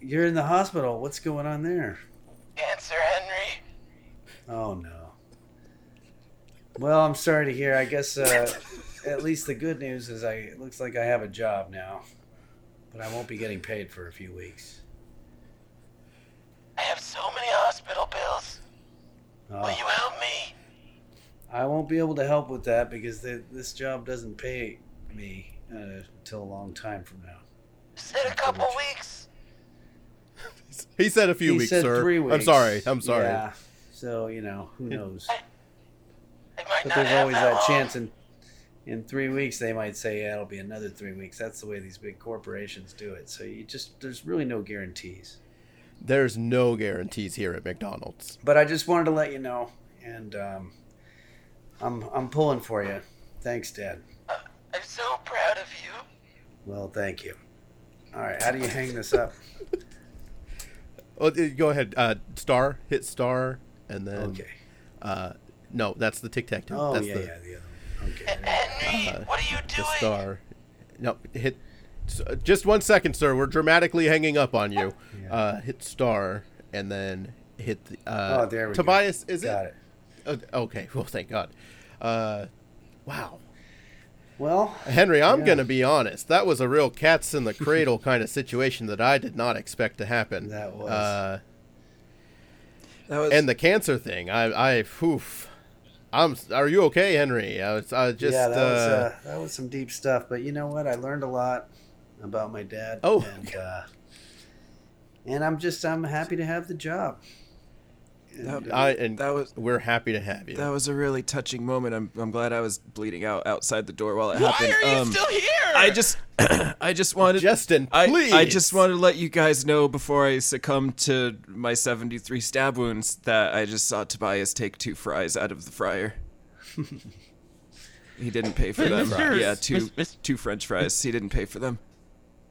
Speaker 4: you're in the hospital. What's going on there?
Speaker 7: Cancer, Henry.
Speaker 4: Oh no. Well, I'm sorry to hear. I guess uh, at least the good news is I it looks like I have a job now, but I won't be getting paid for a few weeks.
Speaker 7: I have so many hospital bills.
Speaker 4: Oh,
Speaker 7: Will you help me?
Speaker 4: I won't be able to help with that because th this job doesn't pay me uh, until a long time from now.
Speaker 7: Sit a couple weeks.
Speaker 6: He said a few
Speaker 4: He
Speaker 6: weeks,
Speaker 4: said
Speaker 6: sir.
Speaker 4: three weeks.
Speaker 6: I'm sorry. I'm sorry.
Speaker 4: Yeah. So you know who knows.
Speaker 7: They might
Speaker 4: But
Speaker 7: not
Speaker 4: there's
Speaker 7: have
Speaker 4: always
Speaker 7: that [laughs]
Speaker 4: that
Speaker 7: long.
Speaker 4: chance in in three weeks they might say yeah, it'll be another three weeks. That's the way these big corporations do it. So you just there's really no guarantees.
Speaker 6: There's no guarantees here at McDonald's.
Speaker 4: But I just wanted to let you know, and um, I'm I'm pulling for you. Thanks, Dad.
Speaker 7: I'm so proud of you.
Speaker 4: Well, thank you. All right, how do you hang this up?
Speaker 6: Oh, uh, go ahead. Uh, star, hit star, and then.
Speaker 4: Okay.
Speaker 6: Uh, no, that's the tic tac toe.
Speaker 4: Oh
Speaker 6: Um, that's
Speaker 4: yeah,
Speaker 6: the,
Speaker 4: yeah, the other one. Okay.
Speaker 7: Henry,
Speaker 1: Uh,
Speaker 7: what are you
Speaker 6: the
Speaker 7: doing?
Speaker 6: star. No, hit. s- uh, Just one second, sir. We're dramatically hanging up on you.
Speaker 4: Yeah.
Speaker 6: Uh, hit star, and then hit the. Uh,
Speaker 4: Oh, there we go.
Speaker 6: Tobias, [laughs] is
Speaker 4: Got it.
Speaker 6: it? Uh, okay. [laughs] Well, thank God. Uh, wow.
Speaker 4: Well,
Speaker 6: Henry, I'm
Speaker 4: Yeah.
Speaker 6: going to be honest. That was a real cats
Speaker 4: [laughs]
Speaker 6: in the cradle kind of situation that I did not expect to happen.
Speaker 4: That was.
Speaker 6: Uh,
Speaker 3: That was
Speaker 6: and the cancer thing. I, I, oof. I'm. Are you okay, Henry? I, was, I just.
Speaker 4: yeah, that
Speaker 6: uh,
Speaker 4: was uh, that was some deep stuff. But you know what? I learned a lot about my dad.
Speaker 6: Oh.
Speaker 4: and uh, and I'm just I'm happy to have the job.
Speaker 3: that,
Speaker 6: I and
Speaker 3: that was
Speaker 6: we're happy to have you.
Speaker 3: that was a really touching moment. I'm I'm glad I was bleeding out outside the door while it
Speaker 2: Why
Speaker 3: happened.
Speaker 2: are you
Speaker 3: Um,
Speaker 2: still here?
Speaker 3: I just [clears throat] I just wanted
Speaker 6: Justin,
Speaker 3: I,
Speaker 6: please.
Speaker 3: I just wanted to let you guys know before I succumbed to my 73 stab wounds that I just saw Tobias take two fries out of the
Speaker 6: [laughs]
Speaker 3: fryer. he didn't pay for them.
Speaker 2: Mr.
Speaker 3: Yeah, two
Speaker 2: Mis- mis-
Speaker 3: two french fries. He didn't pay for them.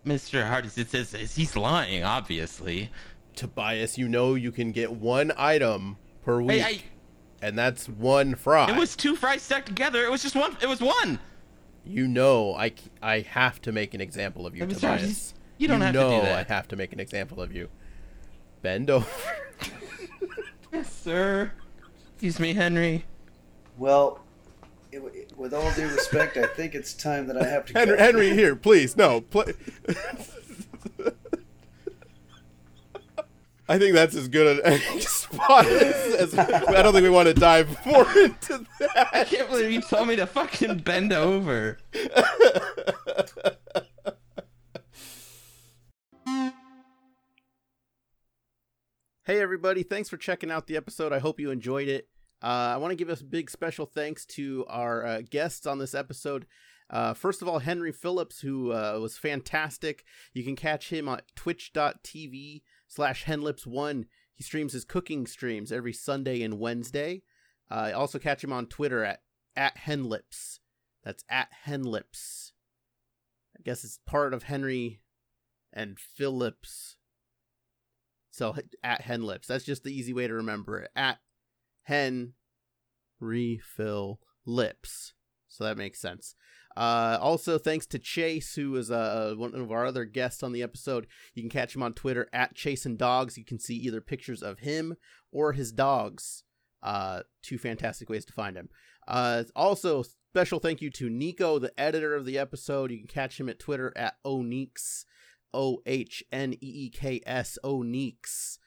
Speaker 2: Mr. Hardis, it says it's- he's lying, obviously.
Speaker 6: Tobias, you know you can get one item per week,
Speaker 2: Hey, I,
Speaker 6: and that's one fry.
Speaker 2: it was two fries stuck together. It was just one. It was one.
Speaker 6: you know, I, c- I have to make an example of you,
Speaker 2: I'm sorry,
Speaker 6: Tobias.
Speaker 2: you don't have to do
Speaker 6: know
Speaker 2: that.
Speaker 6: I have to make an example of you. Bend over. [laughs]
Speaker 2: Yes, sir. Excuse me, Henry.
Speaker 4: Well, it, it- with all due respect, I think it's time that I have to.
Speaker 6: Henry,
Speaker 4: go.
Speaker 6: Henry, here, please. No, play. [laughs] I think that's as good a [laughs] spot as, as I don't think we want to dive more [laughs] into
Speaker 2: I
Speaker 6: that.
Speaker 2: can't believe you told me to fucking bend over.
Speaker 1: Hey, everybody. Thanks for checking out the episode. I hope you enjoyed it. Uh, I want to give a big special thanks to our uh, guests on this episode. Uh, first of all, Henry Phillips, who uh, was fantastic. You can catch him on twitch.tv slash henlips1. He streams his cooking streams every Sunday and Wednesday. Uh, also catch him on Twitter at, at henlips. That's at henlips. I guess it's part of Henry and Phillips. So h- at Henlips. That's just the easy way to remember it. At Hen Refill Lips. So that makes sense. Uh, also, thanks to Chase, who is uh, one of our other guests on the episode. You can catch him on Twitter at Chase and Dogs. You can see either pictures of him or his dogs. Uh, two fantastic ways to find him. Uh, also, special thank you to Nico, the editor of the episode. You can catch him at Twitter at Oneeks. O H N E E K S Oneeks.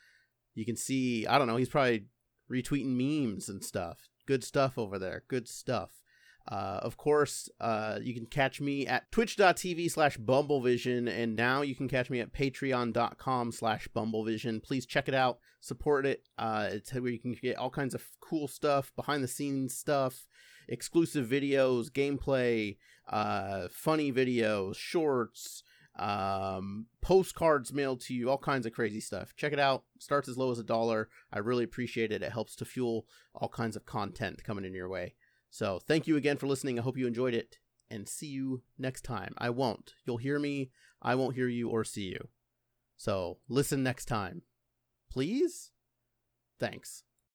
Speaker 1: You can see, I don't know, he's probably retweeting memes and stuff. Good stuff over there. Good stuff. Uh, of course, uh, you can catch me at twitch.tv slash bumblevision, and now you can catch me at patreon.com slash bumblevision. Please check it out, support it. Uh, it's where you can get all kinds of cool stuff, behind the scenes stuff, exclusive videos, gameplay, uh, funny videos, shorts, um, postcards mailed to you, all kinds of crazy stuff. Check it out. Starts as low as a dollar. I really appreciate it. It helps to fuel all kinds of content coming in your way. So thank you again for listening. I hope you enjoyed it and see you next time. I won't. You'll hear me. I won't hear you or see you. So listen next time. Please? Thanks.